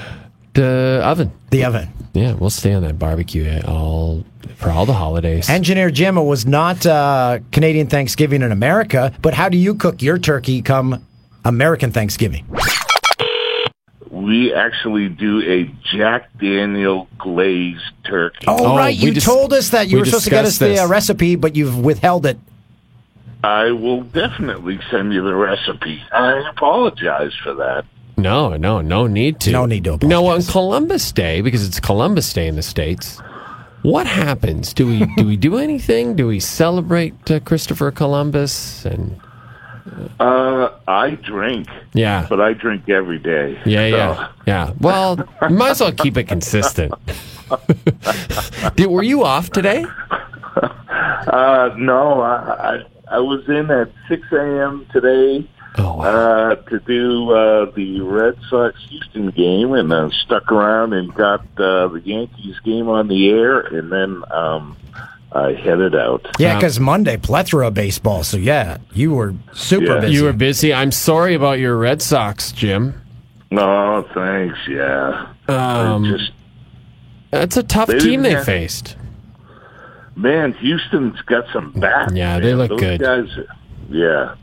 [SPEAKER 4] the oven.
[SPEAKER 2] The oven.
[SPEAKER 4] Yeah, we'll stay on that barbecue eh, all for all the holidays.
[SPEAKER 2] Engineer Jim it was not uh, Canadian Thanksgiving in America, but how do you cook your turkey come American Thanksgiving?
[SPEAKER 10] We actually do a Jack Daniel glazed turkey.
[SPEAKER 2] Oh,
[SPEAKER 4] Oh,
[SPEAKER 2] right.
[SPEAKER 4] we
[SPEAKER 2] You
[SPEAKER 4] dis-
[SPEAKER 2] told us that you
[SPEAKER 4] we
[SPEAKER 2] were supposed to get us
[SPEAKER 4] discussed
[SPEAKER 2] the uh,
[SPEAKER 4] this.
[SPEAKER 2] recipe, but you've withheld it.
[SPEAKER 10] I will definitely send you the recipe. I apologize for that.
[SPEAKER 4] No, no, no need to.
[SPEAKER 2] No need to
[SPEAKER 4] No, on Columbus Day because it's Columbus Day in the states. What happens? Do we do we do anything? Do we celebrate uh, Christopher Columbus? And
[SPEAKER 10] Uh, I drink,
[SPEAKER 4] yeah,
[SPEAKER 10] but I drink every day.
[SPEAKER 4] yeah,
[SPEAKER 10] so-
[SPEAKER 4] yeah, yeah. Well, you might as well keep it consistent. Did, were you off today?
[SPEAKER 10] Uh, no, I, I I was in at six a.m. today
[SPEAKER 4] Oh, wow.
[SPEAKER 10] uh, to do uh, the Red Sox Houston game, and uh, stuck around and got uh, the Yankees game on the air, and then um, I headed out.
[SPEAKER 2] Yeah,
[SPEAKER 4] Yeah.
[SPEAKER 2] because Monday, plethora of baseball. So, yeah, you were super
[SPEAKER 10] Yeah.
[SPEAKER 2] busy.
[SPEAKER 4] you were busy. I'm sorry about your Red Sox, Jim.
[SPEAKER 10] No, Oh, thanks. Yeah,
[SPEAKER 4] Um,
[SPEAKER 10] I just
[SPEAKER 4] That's a tough
[SPEAKER 10] They
[SPEAKER 4] team
[SPEAKER 10] didn't
[SPEAKER 4] they
[SPEAKER 10] have-
[SPEAKER 4] faced.
[SPEAKER 10] man, Houston's got some bats.
[SPEAKER 4] Yeah, they
[SPEAKER 10] man.
[SPEAKER 4] look
[SPEAKER 10] Those
[SPEAKER 4] good.
[SPEAKER 10] Guys, are- yeah,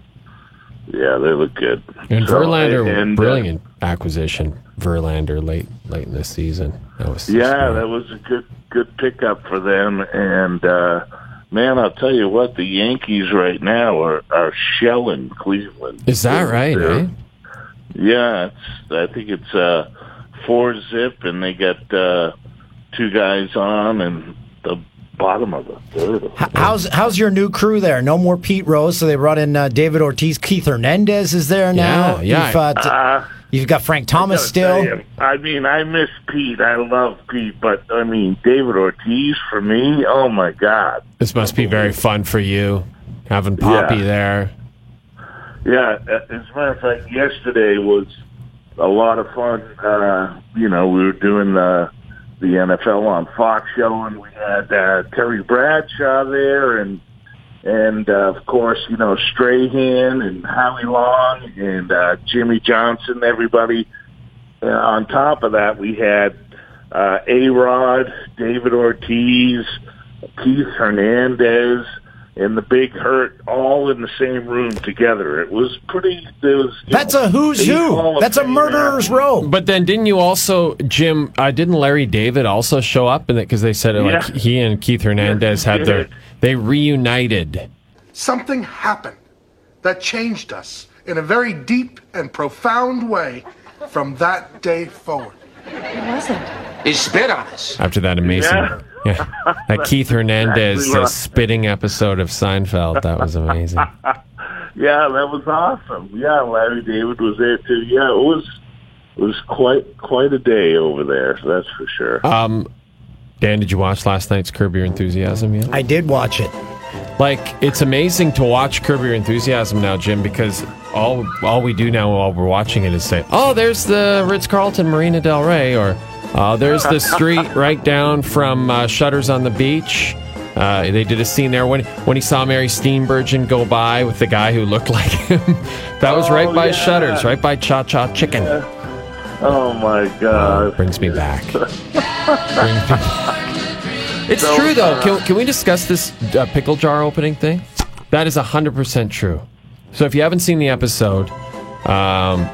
[SPEAKER 10] yeah, they look good.
[SPEAKER 4] And
[SPEAKER 10] So,
[SPEAKER 4] Verlander,
[SPEAKER 10] and, uh,
[SPEAKER 4] brilliant acquisition. Verlander late late in the season. That was so
[SPEAKER 10] Yeah,
[SPEAKER 4] smart.
[SPEAKER 10] that was a good good pickup for them. And uh, man, I'll tell you what, the Yankees right now are are shelling Cleveland.
[SPEAKER 4] Is that right?
[SPEAKER 10] They're-
[SPEAKER 4] eh?
[SPEAKER 10] Yeah, it's, I think it's uh, four zip, and they got uh, two guys on, and the bottom of the third.
[SPEAKER 2] H- How's how's your new crew there? No more Pete Rose, so they brought in uh, David Ortiz. Keith Hernandez is there now.
[SPEAKER 4] yeah.
[SPEAKER 2] You've, uh, t-
[SPEAKER 10] Uh,
[SPEAKER 2] you've got Frank
[SPEAKER 10] gotta
[SPEAKER 2] Thomas still.
[SPEAKER 10] tell you, I mean, I miss Pete. I love Pete, but I mean, David Ortiz for me. Oh my God.
[SPEAKER 4] This must be very fun for you, having Poppy
[SPEAKER 10] Yeah.
[SPEAKER 4] there.
[SPEAKER 10] Yeah, uh, as a matter of fact, yesterday was a lot of fun. Uh, you know, we were doing the the NFL on Fox show, and we had uh, Terry Bradshaw there, and and uh, of course, you know, Strahan and Howie Long and uh, Jimmy Johnson. Everybody. Uh, on top of that, we had uh, A Rod, David Ortiz, Keith Hernandez, and the Big Hurt all in the same room together. It was pretty. It was, you
[SPEAKER 2] That's
[SPEAKER 10] know,
[SPEAKER 2] a who's
[SPEAKER 10] eight Hall
[SPEAKER 2] who.
[SPEAKER 10] of
[SPEAKER 2] That's a
[SPEAKER 10] Fame
[SPEAKER 2] murderer's
[SPEAKER 10] athletes.
[SPEAKER 2] row.
[SPEAKER 4] But then didn't you also, Jim? Uh, didn't Larry David also show up? And because they said it, like
[SPEAKER 10] Yeah.
[SPEAKER 4] he and Keith Hernandez
[SPEAKER 10] Yes, he
[SPEAKER 4] had their
[SPEAKER 10] did.
[SPEAKER 4] they reunited.
[SPEAKER 15] Something happened that changed us in a very deep and profound way from that day forward.
[SPEAKER 6] He spit on us.
[SPEAKER 4] After that amazing, yeah,
[SPEAKER 10] Yeah.
[SPEAKER 4] that Keith Hernandez
[SPEAKER 10] exactly
[SPEAKER 4] uh,
[SPEAKER 10] right.
[SPEAKER 4] spitting episode of Seinfeld. That was amazing.
[SPEAKER 10] Yeah, that was awesome. Yeah, Larry David was there too. Yeah, it was it was quite quite a day over there. That's for sure.
[SPEAKER 4] Um, Dan, did you watch last night's Curb Your Enthusiasm yet?
[SPEAKER 2] I did watch it.
[SPEAKER 4] Like it's amazing to watch Curb Your Enthusiasm now, Jim, because all all we do now while we're watching it is say, "Oh, there's the Ritz Carlton Marina Del Rey," or uh, "There's the street right down from uh, Shutters on the Beach." Uh, they did a scene there when when he saw Mary Steenburgen go by with the guy who looked like him. that was right
[SPEAKER 10] Oh,
[SPEAKER 4] by
[SPEAKER 10] yeah.
[SPEAKER 4] Shutters, right by Cha Cha Chicken.
[SPEAKER 10] oh my God.
[SPEAKER 4] Brings me back. Brings me It's true though. Can, can we discuss this uh, pickle jar opening thing? That is hundred percent true. So if you haven't seen the episode, um,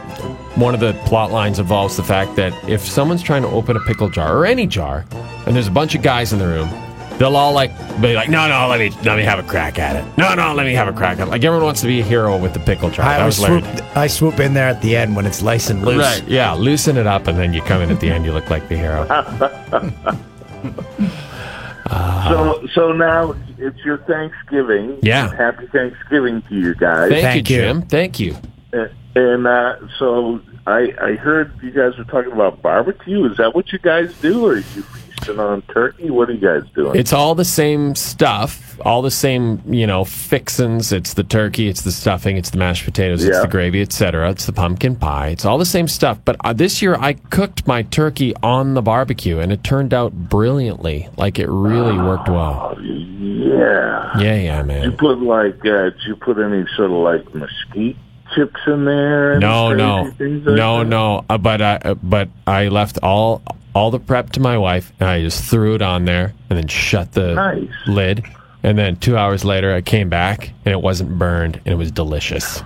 [SPEAKER 4] one of the plot lines involves the fact that if someone's trying to open a pickle jar or any jar, and there's a bunch of guys in the room, they'll all like be like, "No, no, let me let me have a crack at it. No, no, let me have a crack at it." Like everyone wants to be a hero with the pickle jar.
[SPEAKER 2] I
[SPEAKER 4] that
[SPEAKER 2] always
[SPEAKER 4] was Larry
[SPEAKER 2] swoop, I swoop in there at the end when it's nice and loose.
[SPEAKER 4] Right. Yeah. Loosen it up, and then you come in at the end. You look like the hero.
[SPEAKER 10] So so now it's your Thanksgiving.
[SPEAKER 4] Yeah.
[SPEAKER 10] Happy Thanksgiving to you guys.
[SPEAKER 4] Thank,
[SPEAKER 2] Thank
[SPEAKER 4] you,
[SPEAKER 2] you.
[SPEAKER 4] Jim. Thank you.
[SPEAKER 10] And uh, so I I heard you guys were talking about barbecue. Is that what you guys do, or are you feasting on turkey? What are you guys doing?
[SPEAKER 4] It's all the same stuff, all the same, you know, fixins. It's the turkey, it's the stuffing, it's the mashed potatoes, it's
[SPEAKER 10] Yeah.
[SPEAKER 4] the gravy, etc. It's the pumpkin pie. It's all the same stuff. But uh, this year, I cooked my turkey on the barbecue, and it turned out brilliantly. Like it really worked well.
[SPEAKER 10] yeah.
[SPEAKER 4] Yeah, yeah, man.
[SPEAKER 10] Did you put like uh, did you put any sort of like mesquite chips in there? and
[SPEAKER 4] No,
[SPEAKER 10] crazy
[SPEAKER 4] no,
[SPEAKER 10] things like
[SPEAKER 4] no,
[SPEAKER 10] that?
[SPEAKER 4] no. Uh, but I, uh, but I left all all the prep to my wife, and I just threw it on there, and then shut the
[SPEAKER 10] Nice.
[SPEAKER 4] lid. And then two hours later, I came back, and it wasn't burned, and it was delicious.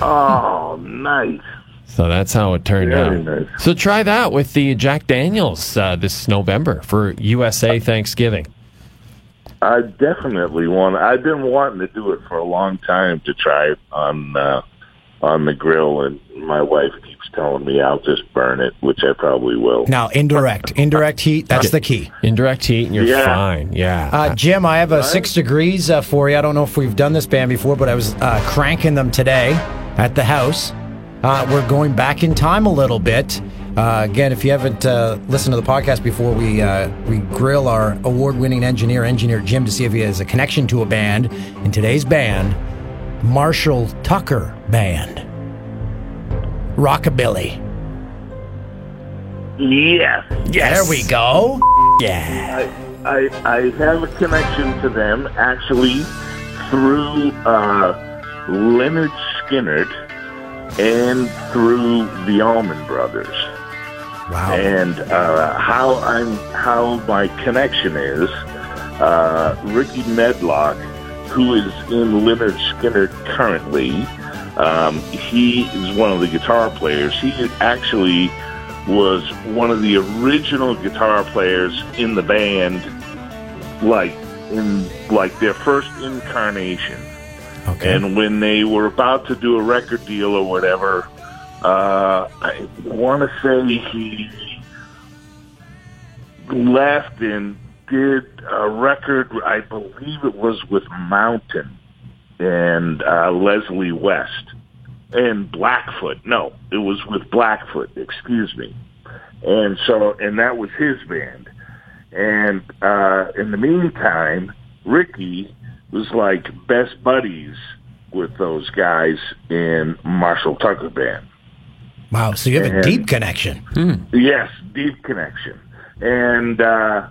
[SPEAKER 10] Oh, nice.
[SPEAKER 4] So that's how it turned
[SPEAKER 10] Very
[SPEAKER 4] out. So try that with the Jack Daniels uh, this November for USA Thanksgiving.
[SPEAKER 10] I definitely want. I've been wanting to do it for a long time to try it on uh, on the grill, and my wife keeps telling me I'll just burn it, which I probably will.
[SPEAKER 2] Now, indirect, indirect heat. That's the key.
[SPEAKER 4] Indirect heat, and you're
[SPEAKER 10] Yeah.
[SPEAKER 4] fine. Yeah.
[SPEAKER 2] Uh, Jim, I have a six degrees uh, for you. I don't know if we've done this band before, but I was uh, cranking them today at the house. Uh, we're going back in time a little bit. Uh, again, if you haven't uh, listened to the podcast before, we uh, we grill our award-winning engineer, engineer Jim, to see if he has a connection to a band. And today's band, Marshall Tucker Band, rockabilly.
[SPEAKER 10] Yes.
[SPEAKER 2] Yes. There we go. Yeah.
[SPEAKER 10] I, I I have a connection to them actually through uh, Leonard Skinner and through the Allman Brothers.
[SPEAKER 2] Wow.
[SPEAKER 10] And uh, how I'm how my connection is uh, Ricky Medlock, who is in Leonard Skinner currently. Um, he is one of the guitar players. He actually was one of the original guitar players in the band, like in like their first incarnation.
[SPEAKER 2] Okay.
[SPEAKER 10] And when they were about to do a record deal or whatever, uh, I want to say he left and did a record. I believe it was with Mountain and uh, Leslie West and Blackfoot. No, it was with Blackfoot. Excuse me. And so, and that was his band. And uh, in the meantime, Ricky was like best buddies with those guys in Marshall Tucker Band.
[SPEAKER 2] Wow. So you have a
[SPEAKER 10] And-
[SPEAKER 2] deep connection.
[SPEAKER 10] Yes, deep connection. And uh,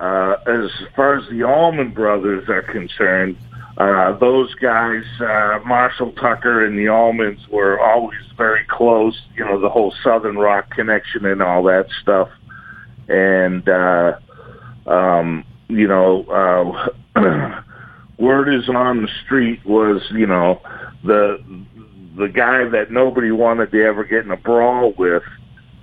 [SPEAKER 10] uh, as far as the Allman Brothers are concerned, uh, those guys, uh, Marshall Tucker and the Allmans, were always very close. You know, the whole Southern rock connection and all that stuff. And uh, um, you know, uh, word is on the street was you know the the guy that nobody wanted to ever get in a brawl with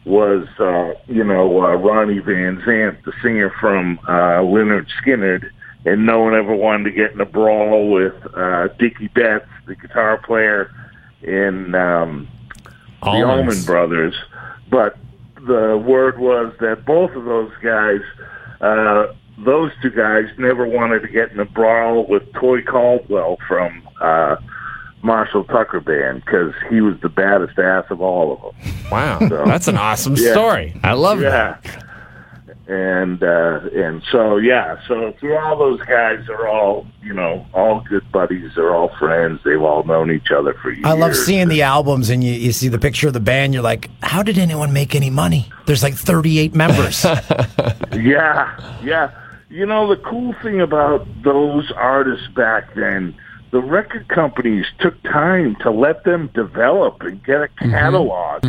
[SPEAKER 10] was uh, you know uh, Ronnie Van Zant, the singer from uh, Leonard Skinner, and no one ever wanted to get in a brawl with uh, Dickie Betts, the guitar player in um, the
[SPEAKER 16] Almonds.
[SPEAKER 10] Allman Brothers. But the word was that both of those guys, uh, those two guys, never wanted to get in a brawl with Toy Caldwell from uh, Marshall Tucker Band because he was the baddest ass of all of them.
[SPEAKER 4] Wow,
[SPEAKER 10] So-
[SPEAKER 4] that's an awesome
[SPEAKER 10] Yeah.
[SPEAKER 4] story. I love
[SPEAKER 10] yeah. And uh, and so yeah, so through all those guys are all you know all good buddies. They're all friends. They've all known each other for years.
[SPEAKER 2] I love seeing the albums and you, you see the picture of the band. You're like, how did anyone make any money? There's like 38 members.
[SPEAKER 10] yeah, yeah. You know, the cool thing about those artists back then, the record companies took time to let them develop and get a
[SPEAKER 4] Mm-hmm.
[SPEAKER 10] catalog.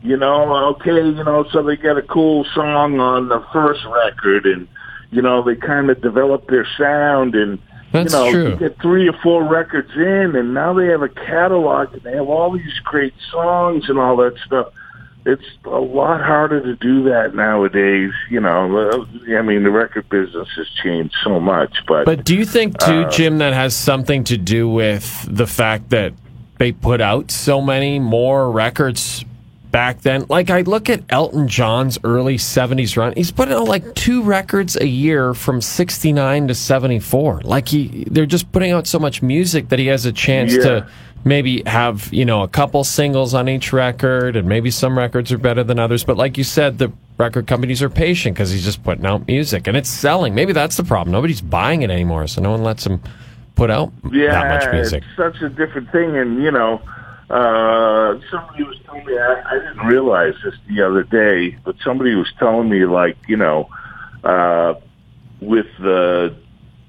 [SPEAKER 10] You know, okay, you know, so they get a cool song on the first record and, you know, they kind of develop their sound and,
[SPEAKER 4] That's
[SPEAKER 10] you know,
[SPEAKER 4] true.
[SPEAKER 10] you get three or four records in and now they have a catalog and they have all these great songs and all that stuff it's a lot harder to do that nowadays. You know, uh, I mean, the record business has changed so much, but,
[SPEAKER 4] But do you think too,
[SPEAKER 10] Uh,
[SPEAKER 4] Jim, that has something to do with the fact that they put out so many more records back then? Like I look at Elton John's early '70s run; he's putting out like two records a year from '69 to '74. Like he, they're just putting out so much music that he has a chance
[SPEAKER 10] Yeah.
[SPEAKER 4] to maybe have you know a couple singles on each record, and maybe some records are better than others. But like you said, the record companies are patient because he's just putting out music and it's selling. Maybe that's the problem. Nobody's buying it anymore, so no one lets him put out
[SPEAKER 10] yeah,
[SPEAKER 4] that much music.
[SPEAKER 10] It's such a different thing, and you know, uh, somebody was telling me I, I didn't realize this the other day, but somebody was telling me like you know, uh, with the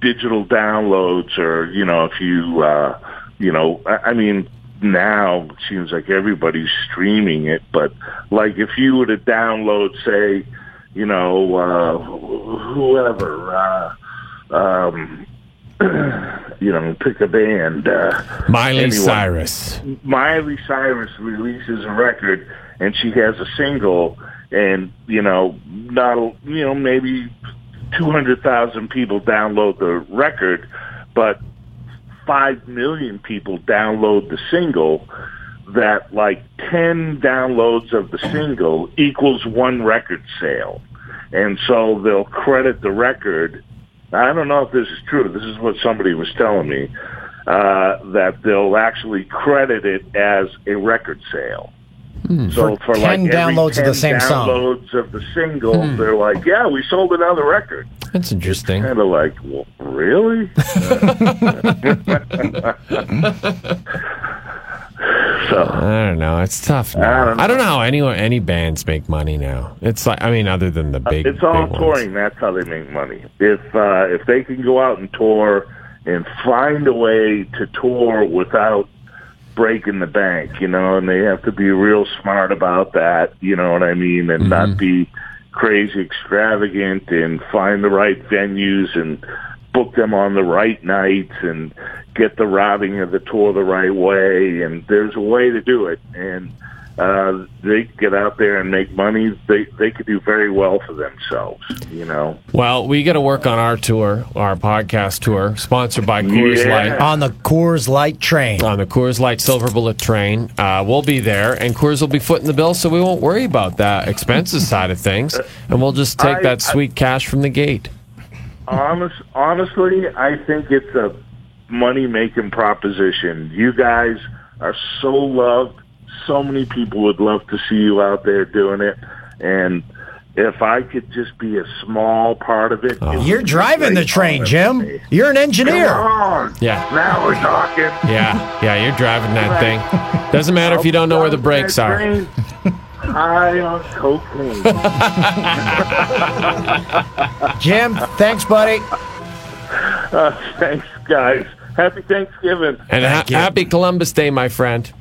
[SPEAKER 10] digital downloads or you know if you uh, you know I, I mean now it seems like everybody's streaming it, but like if you were to download say you know uh, wh- whoever. Uh, um, you know, pick a band. Uh,
[SPEAKER 4] Miley Cyrus.
[SPEAKER 10] Miley Cyrus releases a record and she has a single, and you know, not you know maybe two hundred thousand people download the record, but five million people download the single. That like ten downloads of the single equals one record sale, and so they'll credit the record I don't know if this is true. This is what somebody was telling me uh, that they'll actually credit it as a record sale. So for,
[SPEAKER 2] 10
[SPEAKER 10] like every
[SPEAKER 2] Hmm. downloads of
[SPEAKER 10] 10
[SPEAKER 2] the same song.
[SPEAKER 10] downloads of the single,
[SPEAKER 2] Hmm.
[SPEAKER 10] they're like, "Yeah, we sold another record."
[SPEAKER 4] That's interesting.
[SPEAKER 10] Kind of like, well, really?
[SPEAKER 4] I don't know. It's tough. Now. I, don't know. how anyone, any bands make money now. It's like, I mean, other than the big.
[SPEAKER 10] Uh, it's all
[SPEAKER 4] big ones.
[SPEAKER 10] touring. That's how they make money. If uh, if they can go out and tour and find a way to tour without breaking the bank, you know, and they have to be real smart about that, you know what I mean, and not be crazy extravagant and find the right venues and book them on the right nights and get the routing of the tour the right way and there's a way to do it and uh they get out there and make money they they could do very well for themselves you know
[SPEAKER 4] Well, we got to work on our tour, our podcast tour, sponsored by Coors
[SPEAKER 10] Yeah.
[SPEAKER 4] Light.
[SPEAKER 2] On the Coors Light train.
[SPEAKER 4] On the Coors Light Silver Bullet train. Uh, we'll be there, and Coors will be footing the bill, so we won't worry about that expenses side of things, and we'll just take
[SPEAKER 10] I-
[SPEAKER 4] that sweet cash from the gate.
[SPEAKER 10] Honest, honestly, I think it's a money making proposition. You guys are so loved. So many people would love to see you out there doing it. And if I could just be a small part of it,
[SPEAKER 4] Oh.
[SPEAKER 10] it would
[SPEAKER 2] You're
[SPEAKER 10] be
[SPEAKER 2] driving the
[SPEAKER 10] great.
[SPEAKER 2] train, Jim. You're an engineer.
[SPEAKER 10] Come on.
[SPEAKER 4] Yeah.
[SPEAKER 10] Now we're talking.
[SPEAKER 4] Yeah, yeah, you're driving that thing. Doesn't matter if you don't know where the brakes are.
[SPEAKER 10] Train high on cocaine.
[SPEAKER 2] Jim, thanks, buddy.
[SPEAKER 10] Uh, thanks, guys. Happy Thanksgiving.
[SPEAKER 4] And ha- happy Columbus Day, my friend.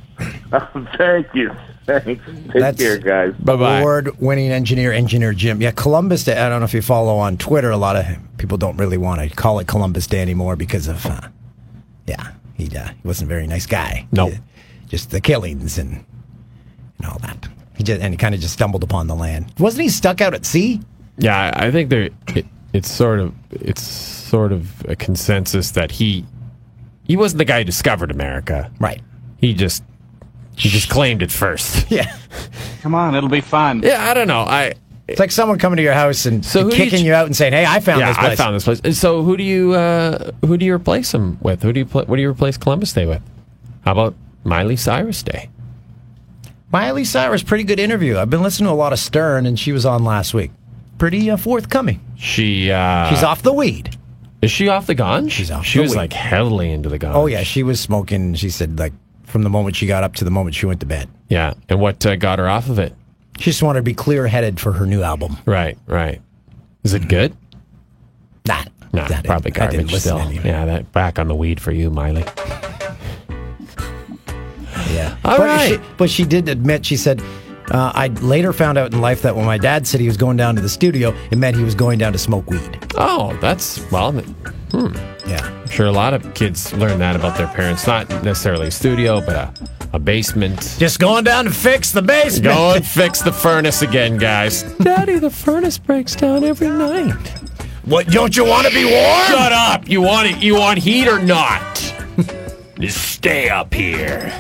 [SPEAKER 10] Thank you. Thanks. Take care, guys.
[SPEAKER 2] Award winning engineer, engineer Jim. Yeah, Columbus Day. I don't know if you follow on Twitter. A lot of people don't really want to call it Columbus Day anymore because of, uh, yeah, he, uh, he wasn't a very nice guy. No. Just the killings and, and all that. He just, and he kind of just stumbled upon the land. Wasn't he stuck out at sea?
[SPEAKER 4] Yeah, I I think there it, it's sort of it's sort of a consensus that he he wasn't the guy who discovered America.
[SPEAKER 2] Right.
[SPEAKER 4] He just he just claimed it first.
[SPEAKER 2] Yeah.
[SPEAKER 4] Come on, it'll be fun. Yeah, I don't know. I
[SPEAKER 2] It's like someone coming to your house and, and
[SPEAKER 4] who do you
[SPEAKER 2] kicking
[SPEAKER 4] ch-
[SPEAKER 2] you, out and saying, "Hey, I found
[SPEAKER 4] yeah,
[SPEAKER 2] this place."
[SPEAKER 4] I found this place. And So who do you uh, who do you replace him with? Who do you pl- what do you replace Columbus Day with? How about Miley Cyrus Day?
[SPEAKER 2] Miley Cyrus, pretty good interview. I've been listening to a lot of Stern, and she was on last week. Pretty uh, forthcoming.
[SPEAKER 4] She uh,
[SPEAKER 2] She's off the weed.
[SPEAKER 4] Is she off the ganj? She's off. She
[SPEAKER 2] the
[SPEAKER 4] was
[SPEAKER 2] weed.
[SPEAKER 4] like heavily into the ganj.
[SPEAKER 2] Oh yeah, she was smoking. She said like from the moment she got up to the moment she went to bed.
[SPEAKER 4] Yeah, and what uh, got her off of it?
[SPEAKER 2] She just wanted to be clear headed for her new album.
[SPEAKER 4] Right, right. Is it good?
[SPEAKER 2] Nah,
[SPEAKER 4] nah, probably
[SPEAKER 2] I didn't
[SPEAKER 4] garbage
[SPEAKER 2] listen
[SPEAKER 4] still.
[SPEAKER 2] anyway.
[SPEAKER 4] Yeah, that back on the weed for you, Miley.
[SPEAKER 2] Yeah.
[SPEAKER 4] All
[SPEAKER 2] but
[SPEAKER 4] right.
[SPEAKER 2] She, but she did admit. She said. Uh, I later found out in life that when my dad said he was going down to the studio, it meant he was going down to smoke weed.
[SPEAKER 4] Oh, that's well. th- Hmm.
[SPEAKER 2] Yeah,
[SPEAKER 4] I'm sure a lot of kids learn that about their parents. Not necessarily a studio, but a, a basement.
[SPEAKER 2] Just going down to fix the basement.
[SPEAKER 4] Go and fix the furnace again, guys. Daddy, the furnace breaks down every night.
[SPEAKER 2] What? Don't you want to be warm?
[SPEAKER 4] Shut up! You want it? You want heat or not? Just stay up here.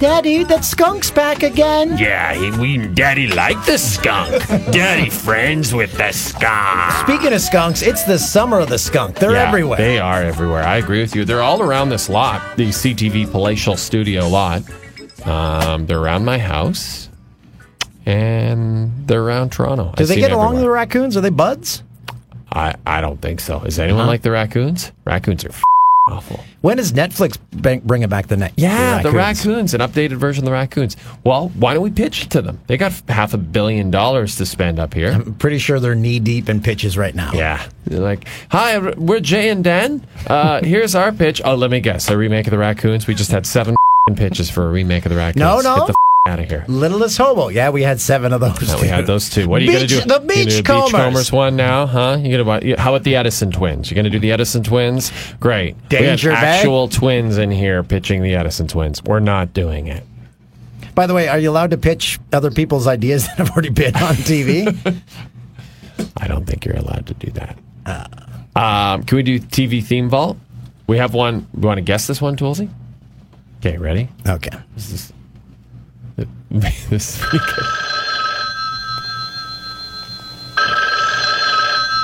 [SPEAKER 2] Daddy, that skunk's back again.
[SPEAKER 14] Yeah, he, we Daddy like the skunk. Daddy friends with the skunk.
[SPEAKER 2] Speaking of skunks, it's the summer of the skunk. They're
[SPEAKER 4] Yeah,
[SPEAKER 2] everywhere.
[SPEAKER 4] They are everywhere. I agree with you. They're all around this lot, the CTV Palatial Studio lot. Um, they're around my house, and they're around Toronto. I
[SPEAKER 2] Do they
[SPEAKER 4] see
[SPEAKER 2] get
[SPEAKER 4] 'em
[SPEAKER 2] along with
[SPEAKER 4] everywhere.
[SPEAKER 2] the raccoons? Are they buds?
[SPEAKER 4] I, I don't think so. Is anyone
[SPEAKER 2] Huh?
[SPEAKER 4] like the raccoons? Raccoons are f- awful.
[SPEAKER 2] When is Netflix ban- bringing back the net?
[SPEAKER 4] Yeah, the raccoons. an updated version of the raccoons. Well, why don't we pitch it to them? They got f- half a billion dollars to spend up here.
[SPEAKER 2] I'm pretty sure they're knee deep in pitches right now.
[SPEAKER 4] Yeah. They're like, hi, we're Jay and Dan. Uh, here's our pitch. Oh, let me guess. A remake of the Raccoons. We just had seven pitches for a remake of the Raccoons.
[SPEAKER 2] No, no.
[SPEAKER 4] Get the out of here.
[SPEAKER 2] Littlest Hobo. Yeah, we had seven of those.
[SPEAKER 4] No, we had those two. What are you going to do?
[SPEAKER 2] Beach- the
[SPEAKER 4] You gonna do a
[SPEAKER 2] beachcombers.
[SPEAKER 4] beachcombers one now, huh? You gonna buy, how about the Edison twins? You gonna do the Edison twins? Great.
[SPEAKER 2] Danger
[SPEAKER 4] we
[SPEAKER 2] Bay?
[SPEAKER 4] have actual twins in here pitching the Edison twins. We're not doing it.
[SPEAKER 2] By the way, are you allowed to pitch other people's ideas that have already been on TV?
[SPEAKER 4] I don't think you're allowed to do that.
[SPEAKER 2] Uh.
[SPEAKER 4] Um, can we do TV theme vault? We have one. We want to guess this one, Toolsy? Okay, ready?
[SPEAKER 2] Okay.
[SPEAKER 4] This is this is pretty good.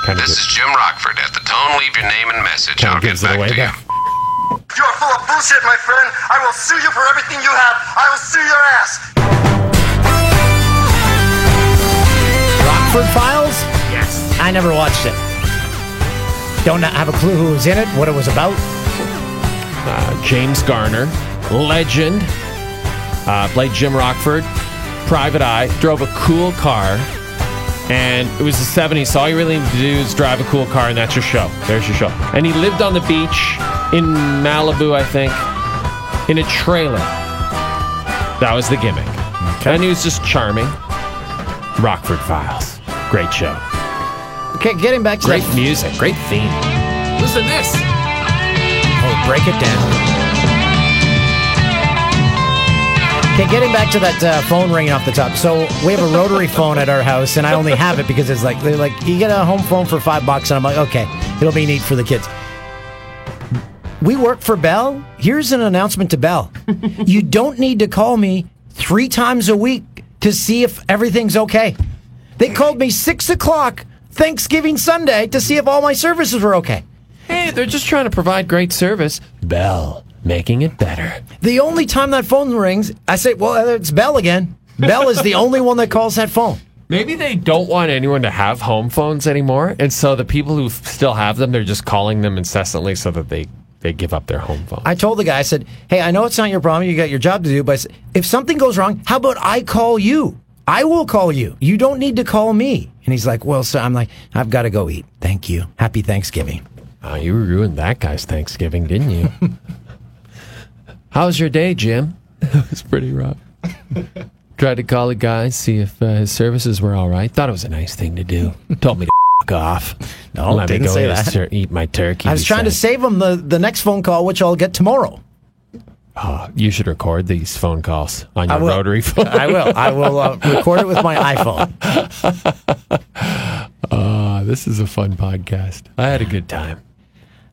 [SPEAKER 4] Kind of
[SPEAKER 16] This is Jim Rockford. At the tone, leave your name and message.
[SPEAKER 4] Kinda
[SPEAKER 16] I'll get
[SPEAKER 4] gives it
[SPEAKER 16] back
[SPEAKER 4] away
[SPEAKER 16] to
[SPEAKER 4] there.
[SPEAKER 16] you.
[SPEAKER 6] You're full of bullshit, my friend. I will sue you for everything you have. I will sue your ass.
[SPEAKER 2] Rockford Files? Yes. I never watched it. Don't have a clue who was in it, what it was about.
[SPEAKER 4] uh, James Garner, legend, uh, played Jim Rockford, private eye, drove a cool car, and it was the 70s, so all you really need to do is drive a cool car, and that's your show. There's your show. And he lived on the beach in Malibu, I think, in a trailer. That was the gimmick. And he was just charming. Rockford Files. Great show.
[SPEAKER 2] Okay, getting back to
[SPEAKER 4] Great
[SPEAKER 2] the-
[SPEAKER 4] music. Great theme. Listen to this.
[SPEAKER 2] Oh, break it down. Okay, getting back to that uh, phone ringing off the top. So we have a rotary phone at our house, and I only have it because it's like they're like you get a home phone for five bucks, and I'm like, okay, it'll be neat for the kids. We work for Bell. Here's an announcement to Bell: you don't need to call me three times a week to see if everything's okay. They called me six o'clock Thanksgiving Sunday to see if all my services were okay.
[SPEAKER 4] Hey, they're just trying to provide great service. Bell, making it better.
[SPEAKER 2] The only time that phone rings, I say, well, uh, it's Bell again. Bell is the only one that calls that phone.
[SPEAKER 4] Maybe they don't want anyone to have home phones anymore, and so the people who f- still have them, they're just calling them incessantly so that they they give up their home phone.
[SPEAKER 2] I told the guy, I said, hey, I know it's not your problem. You got your job to do, but I said, if something goes wrong, how about I call you? I will call you. You don't need to call me. And he's like, well, so I'm like, I've got to go eat. Thank you. Happy Thanksgiving.
[SPEAKER 4] Oh, you ruined that guy's Thanksgiving, didn't you? How's your day, Jim? it was pretty rough. Tried to call a guy, see if uh, his services were all right. Thought it was a nice thing to do. Told me to f- off.
[SPEAKER 2] No,
[SPEAKER 4] Let
[SPEAKER 2] didn't
[SPEAKER 4] me go
[SPEAKER 2] say
[SPEAKER 4] eat,
[SPEAKER 2] that.
[SPEAKER 4] tur- eat my turkey.
[SPEAKER 2] I was
[SPEAKER 4] he
[SPEAKER 2] trying to
[SPEAKER 4] said.
[SPEAKER 2] save him the, the next phone call, which I'll get tomorrow.
[SPEAKER 4] You should record these phone calls on
[SPEAKER 2] I
[SPEAKER 4] your
[SPEAKER 2] will.
[SPEAKER 4] rotary phone.
[SPEAKER 2] I will. I will uh, record it with my iPhone.
[SPEAKER 4] Uh, this is a fun podcast. I had a good time.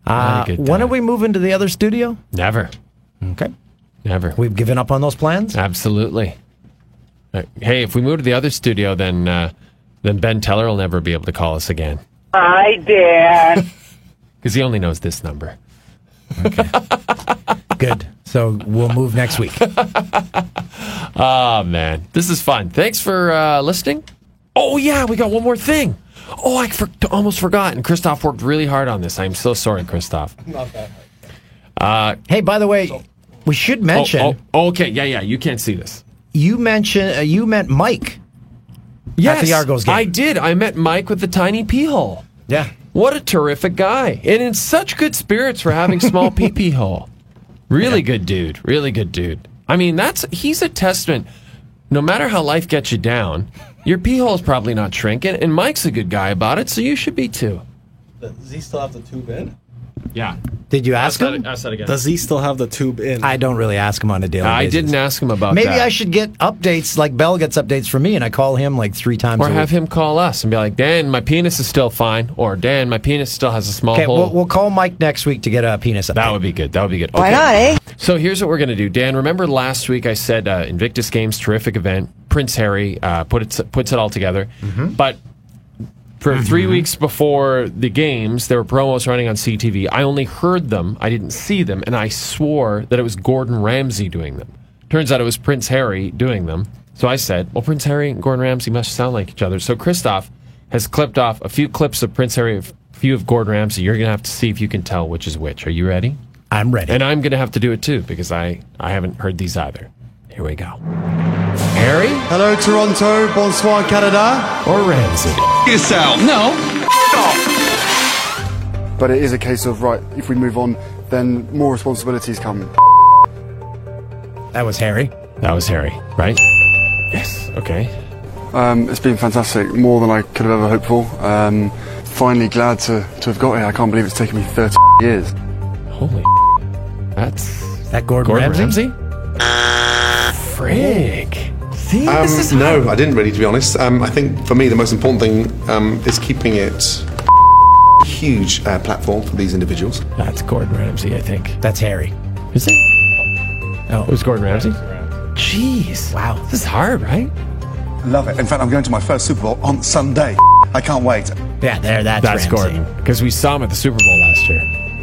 [SPEAKER 4] I
[SPEAKER 2] Uh,
[SPEAKER 4] had a good
[SPEAKER 2] when
[SPEAKER 4] time.
[SPEAKER 2] are we moving to the other studio?
[SPEAKER 4] Never.
[SPEAKER 2] Okay.
[SPEAKER 4] Never.
[SPEAKER 2] We've given up on those plans.
[SPEAKER 4] Absolutely. Uh, Hey, if we move to the other studio, then uh, then Ben Teller will never be able to call us again
[SPEAKER 17] Hi, Dad.
[SPEAKER 4] because he only knows this number.
[SPEAKER 2] Good. So we'll move next week.
[SPEAKER 4] Oh man, this is fun. Thanks for uh, listening. Oh yeah, we got one more thing. Oh, I for- almost forgot. And Christoph worked really hard on this. I'm so sorry, Christoph. Uh,
[SPEAKER 2] hey, by the way, we should mention
[SPEAKER 4] Oh, oh, okay, yeah, yeah. You can't see this.
[SPEAKER 2] you mentioned uh, you meant Mike.
[SPEAKER 4] Yes,
[SPEAKER 2] the Argos game.
[SPEAKER 4] I did. I met Mike with the tiny pee hole.
[SPEAKER 2] Yeah.
[SPEAKER 4] What a terrific guy. And in such good spirits for having small pee pee hole. Really good dude. Really good dude. I mean, that's he's a testament. No matter how life gets you down, your pee hole's probably not shrinking, and Mike's a good guy about it, so you should be too.
[SPEAKER 13] Does he still have the tube in?
[SPEAKER 4] Yeah.
[SPEAKER 2] Did you ask
[SPEAKER 4] that-
[SPEAKER 2] him?
[SPEAKER 4] ask that again.
[SPEAKER 13] Does he still have the tube in?
[SPEAKER 2] I don't really ask him on a daily
[SPEAKER 4] I
[SPEAKER 2] basis.
[SPEAKER 4] didn't ask him about
[SPEAKER 2] Maybe
[SPEAKER 4] that.
[SPEAKER 2] I should get updates like Bell gets updates from me, and I call him like three times.
[SPEAKER 4] Or
[SPEAKER 2] a
[SPEAKER 4] have
[SPEAKER 2] week.
[SPEAKER 4] him call us and be like, Dan, my penis is still fine. Or Dan, my penis still has a small
[SPEAKER 2] Okay,
[SPEAKER 4] hole.
[SPEAKER 2] we'll, we'll call Mike next week to get a penis.
[SPEAKER 4] That would be good. That would be good.
[SPEAKER 2] Why not,
[SPEAKER 4] eh? So here's what we're going to do. Dan, remember last week I said uh, Invictus Games, terrific event. Prince Harry uh, put it, puts it all together. But for three weeks before the games, there were promos running on CTV. I only heard them, I didn't see them, and I swore that it was Gordon Ramsay doing them. Turns out it was Prince Harry doing them. So I said, well, Prince Harry and Gordon Ramsay must sound like each other. So Christoph has clipped off a few clips of Prince Harry, a few of Gordon Ramsay. You're going to have to see if you can tell which is which. Are you ready?
[SPEAKER 2] I'm ready.
[SPEAKER 4] And I'm going to have to do it too because I, I haven't heard these either. Here we go. Harry?
[SPEAKER 18] Hello, Toronto. Bonsoir, Canada.
[SPEAKER 4] Or Ramsey.
[SPEAKER 18] yourself. No.
[SPEAKER 12] But it is a case of, right, if we move on, then more responsibilities come.
[SPEAKER 2] That was Harry.
[SPEAKER 4] That was Harry, right? Yes. Okay.
[SPEAKER 12] Um, it's been fantastic, more than I could have ever hoped for. Um, finally glad to, to have got here. I can't believe it's taken me 30 years.
[SPEAKER 4] Holy That's
[SPEAKER 2] that Gordon,
[SPEAKER 4] Ramsay? Frick. Uh, See,
[SPEAKER 19] Um,
[SPEAKER 4] this is
[SPEAKER 19] no, I didn't really, to be honest. Um, I think for me, the most important thing um, is keeping it huge uh, platform for these individuals.
[SPEAKER 4] That's Gordon Ramsay, I think.
[SPEAKER 2] That's Harry.
[SPEAKER 4] Is it?
[SPEAKER 2] Oh,
[SPEAKER 4] it was Gordon Ramsay. Jeez. Wow. This is hard, right?
[SPEAKER 20] Love it. In fact, I'm going to my first Super Bowl on Sunday. I can't wait.
[SPEAKER 2] Yeah, there,
[SPEAKER 4] That's Gordon. Because we saw him at the Super Bowl last year.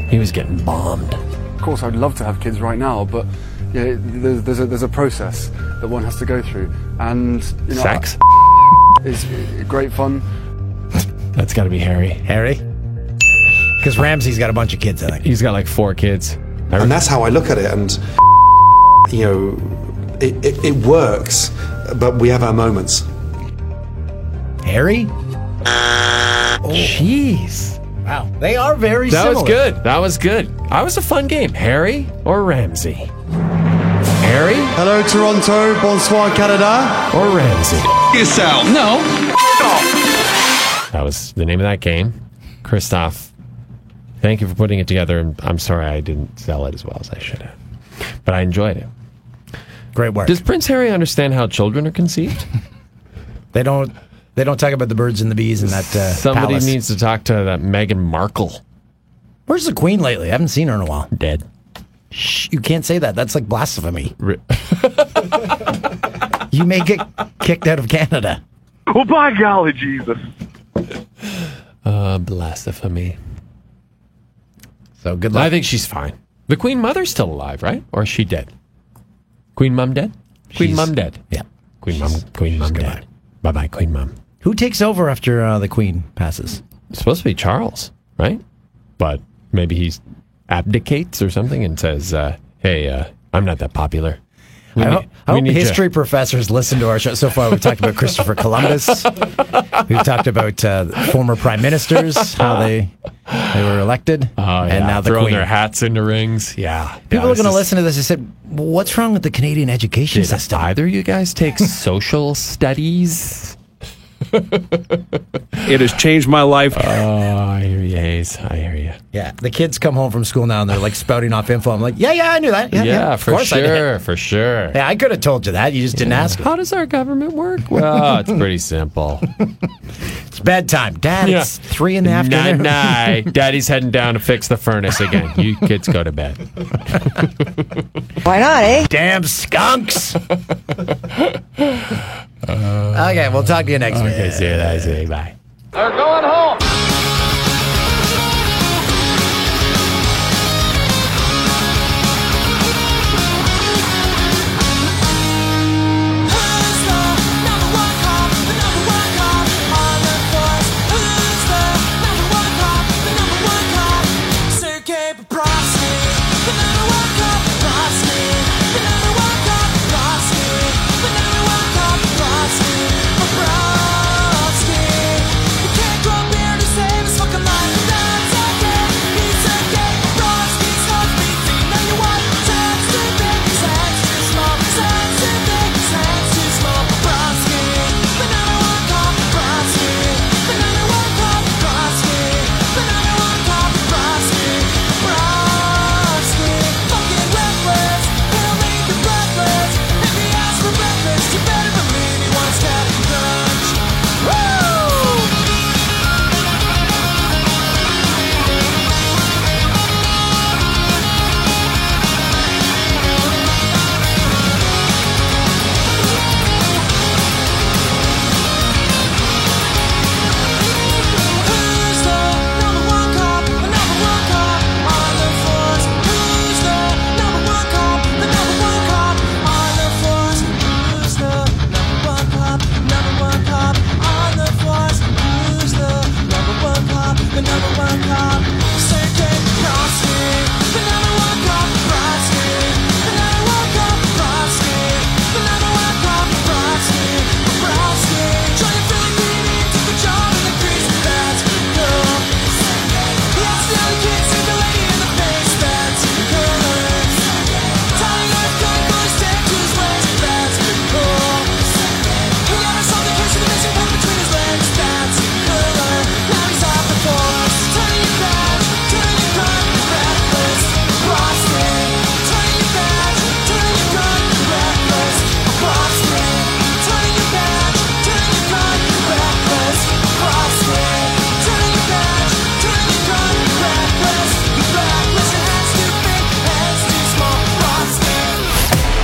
[SPEAKER 4] He was getting bombed.
[SPEAKER 12] Of course, I'd love to have kids right now, but yeah, there's, there's, a, there's a process that one has to go through. And, you know,
[SPEAKER 4] Sex?
[SPEAKER 12] is great fun.
[SPEAKER 4] That's got to be Harry.
[SPEAKER 2] Harry? Because Ramsey's got a bunch of kids, I think.
[SPEAKER 4] He's got like four kids.
[SPEAKER 19] And that's how I look at it. And, you know, it, it, it works, but we have our moments.
[SPEAKER 2] Harry?
[SPEAKER 4] Jeez.
[SPEAKER 2] Wow. They are very
[SPEAKER 4] that
[SPEAKER 2] similar.
[SPEAKER 4] was good. That was good. That was a fun game. Harry or Ramsey? Harry?
[SPEAKER 18] Hello, Toronto. Bonsoir, Canada.
[SPEAKER 4] Or Ramsey.
[SPEAKER 18] yourself. No.
[SPEAKER 4] That was the name of that game. Christoph, thank you for putting it together. And I'm sorry I didn't sell it as well as I should have. But I enjoyed it.
[SPEAKER 2] Great work.
[SPEAKER 4] Does Prince Harry understand how children are conceived?
[SPEAKER 2] they don't. They don't talk about the birds and the bees and that uh,
[SPEAKER 4] Somebody
[SPEAKER 2] palace.
[SPEAKER 4] needs to talk to that Meghan Markle.
[SPEAKER 2] Where's the Queen lately? I haven't seen her in a while.
[SPEAKER 4] Dead.
[SPEAKER 2] Shh, you can't say that. That's like blasphemy. you may get kicked out of Canada.
[SPEAKER 4] Oh, by golly, Jesus. Uh, blasphemy.
[SPEAKER 2] So good luck.
[SPEAKER 4] I think she's fine. The Queen Mother's still alive, right? Or is she dead? Queen Mum dead? Queen
[SPEAKER 2] She's-
[SPEAKER 4] Mum dead.
[SPEAKER 2] Yeah.
[SPEAKER 4] Queen Mum. Queen Mum dead. Bye bye, Queen Mum.
[SPEAKER 2] Who takes over after uh, the Queen passes?
[SPEAKER 4] It's supposed to be Charles, right? But maybe he abdicates or something and says, uh, "Hey, uh, I'm not that popular." We
[SPEAKER 2] I
[SPEAKER 4] need-
[SPEAKER 2] hope, I
[SPEAKER 4] we
[SPEAKER 2] hope
[SPEAKER 4] need to-
[SPEAKER 2] history professors listen to our show. So far, we've talked about Christopher Columbus. We've talked about uh, former prime ministers, how they they were elected,
[SPEAKER 4] Oh,
[SPEAKER 2] and
[SPEAKER 4] yeah,
[SPEAKER 2] now the
[SPEAKER 4] throwing
[SPEAKER 2] Queen.
[SPEAKER 4] their hats into rings. Yeah,
[SPEAKER 2] People
[SPEAKER 4] Yeah,
[SPEAKER 2] are
[SPEAKER 4] this
[SPEAKER 2] going to
[SPEAKER 4] is-
[SPEAKER 2] listen to this and said, "Well, "What's wrong with the Canadian education
[SPEAKER 4] Did
[SPEAKER 2] system?"
[SPEAKER 4] either you guys take social studies?
[SPEAKER 3] It has changed my life.
[SPEAKER 4] Oh, I hear you, Hayes. I hear you.
[SPEAKER 2] Yeah, the kids come home from school now and they're like spouting off info. I'm like, "Yeah, yeah, I knew that. Yeah,
[SPEAKER 4] Yeah,
[SPEAKER 2] yeah, of
[SPEAKER 4] for
[SPEAKER 2] course I did.
[SPEAKER 4] sure, for sure.
[SPEAKER 2] Yeah, I could have told you that. You just didn't ask.
[SPEAKER 4] How does our government work? Well, it's pretty simple.
[SPEAKER 2] It's bedtime, Dad.
[SPEAKER 4] Yeah.
[SPEAKER 2] It's three in the afternoon.
[SPEAKER 4] Night, night. Daddy's heading down to fix the furnace again. You kids go to bed.
[SPEAKER 2] Why not, eh? Damn skunks. okay, we'll talk to you next week.
[SPEAKER 4] Okay, see you guys. Bye.
[SPEAKER 6] They're going home.
[SPEAKER 21] Can't grow beard is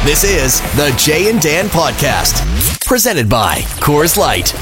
[SPEAKER 2] This is the Jay and Dan Podcast, presented by Coors Light.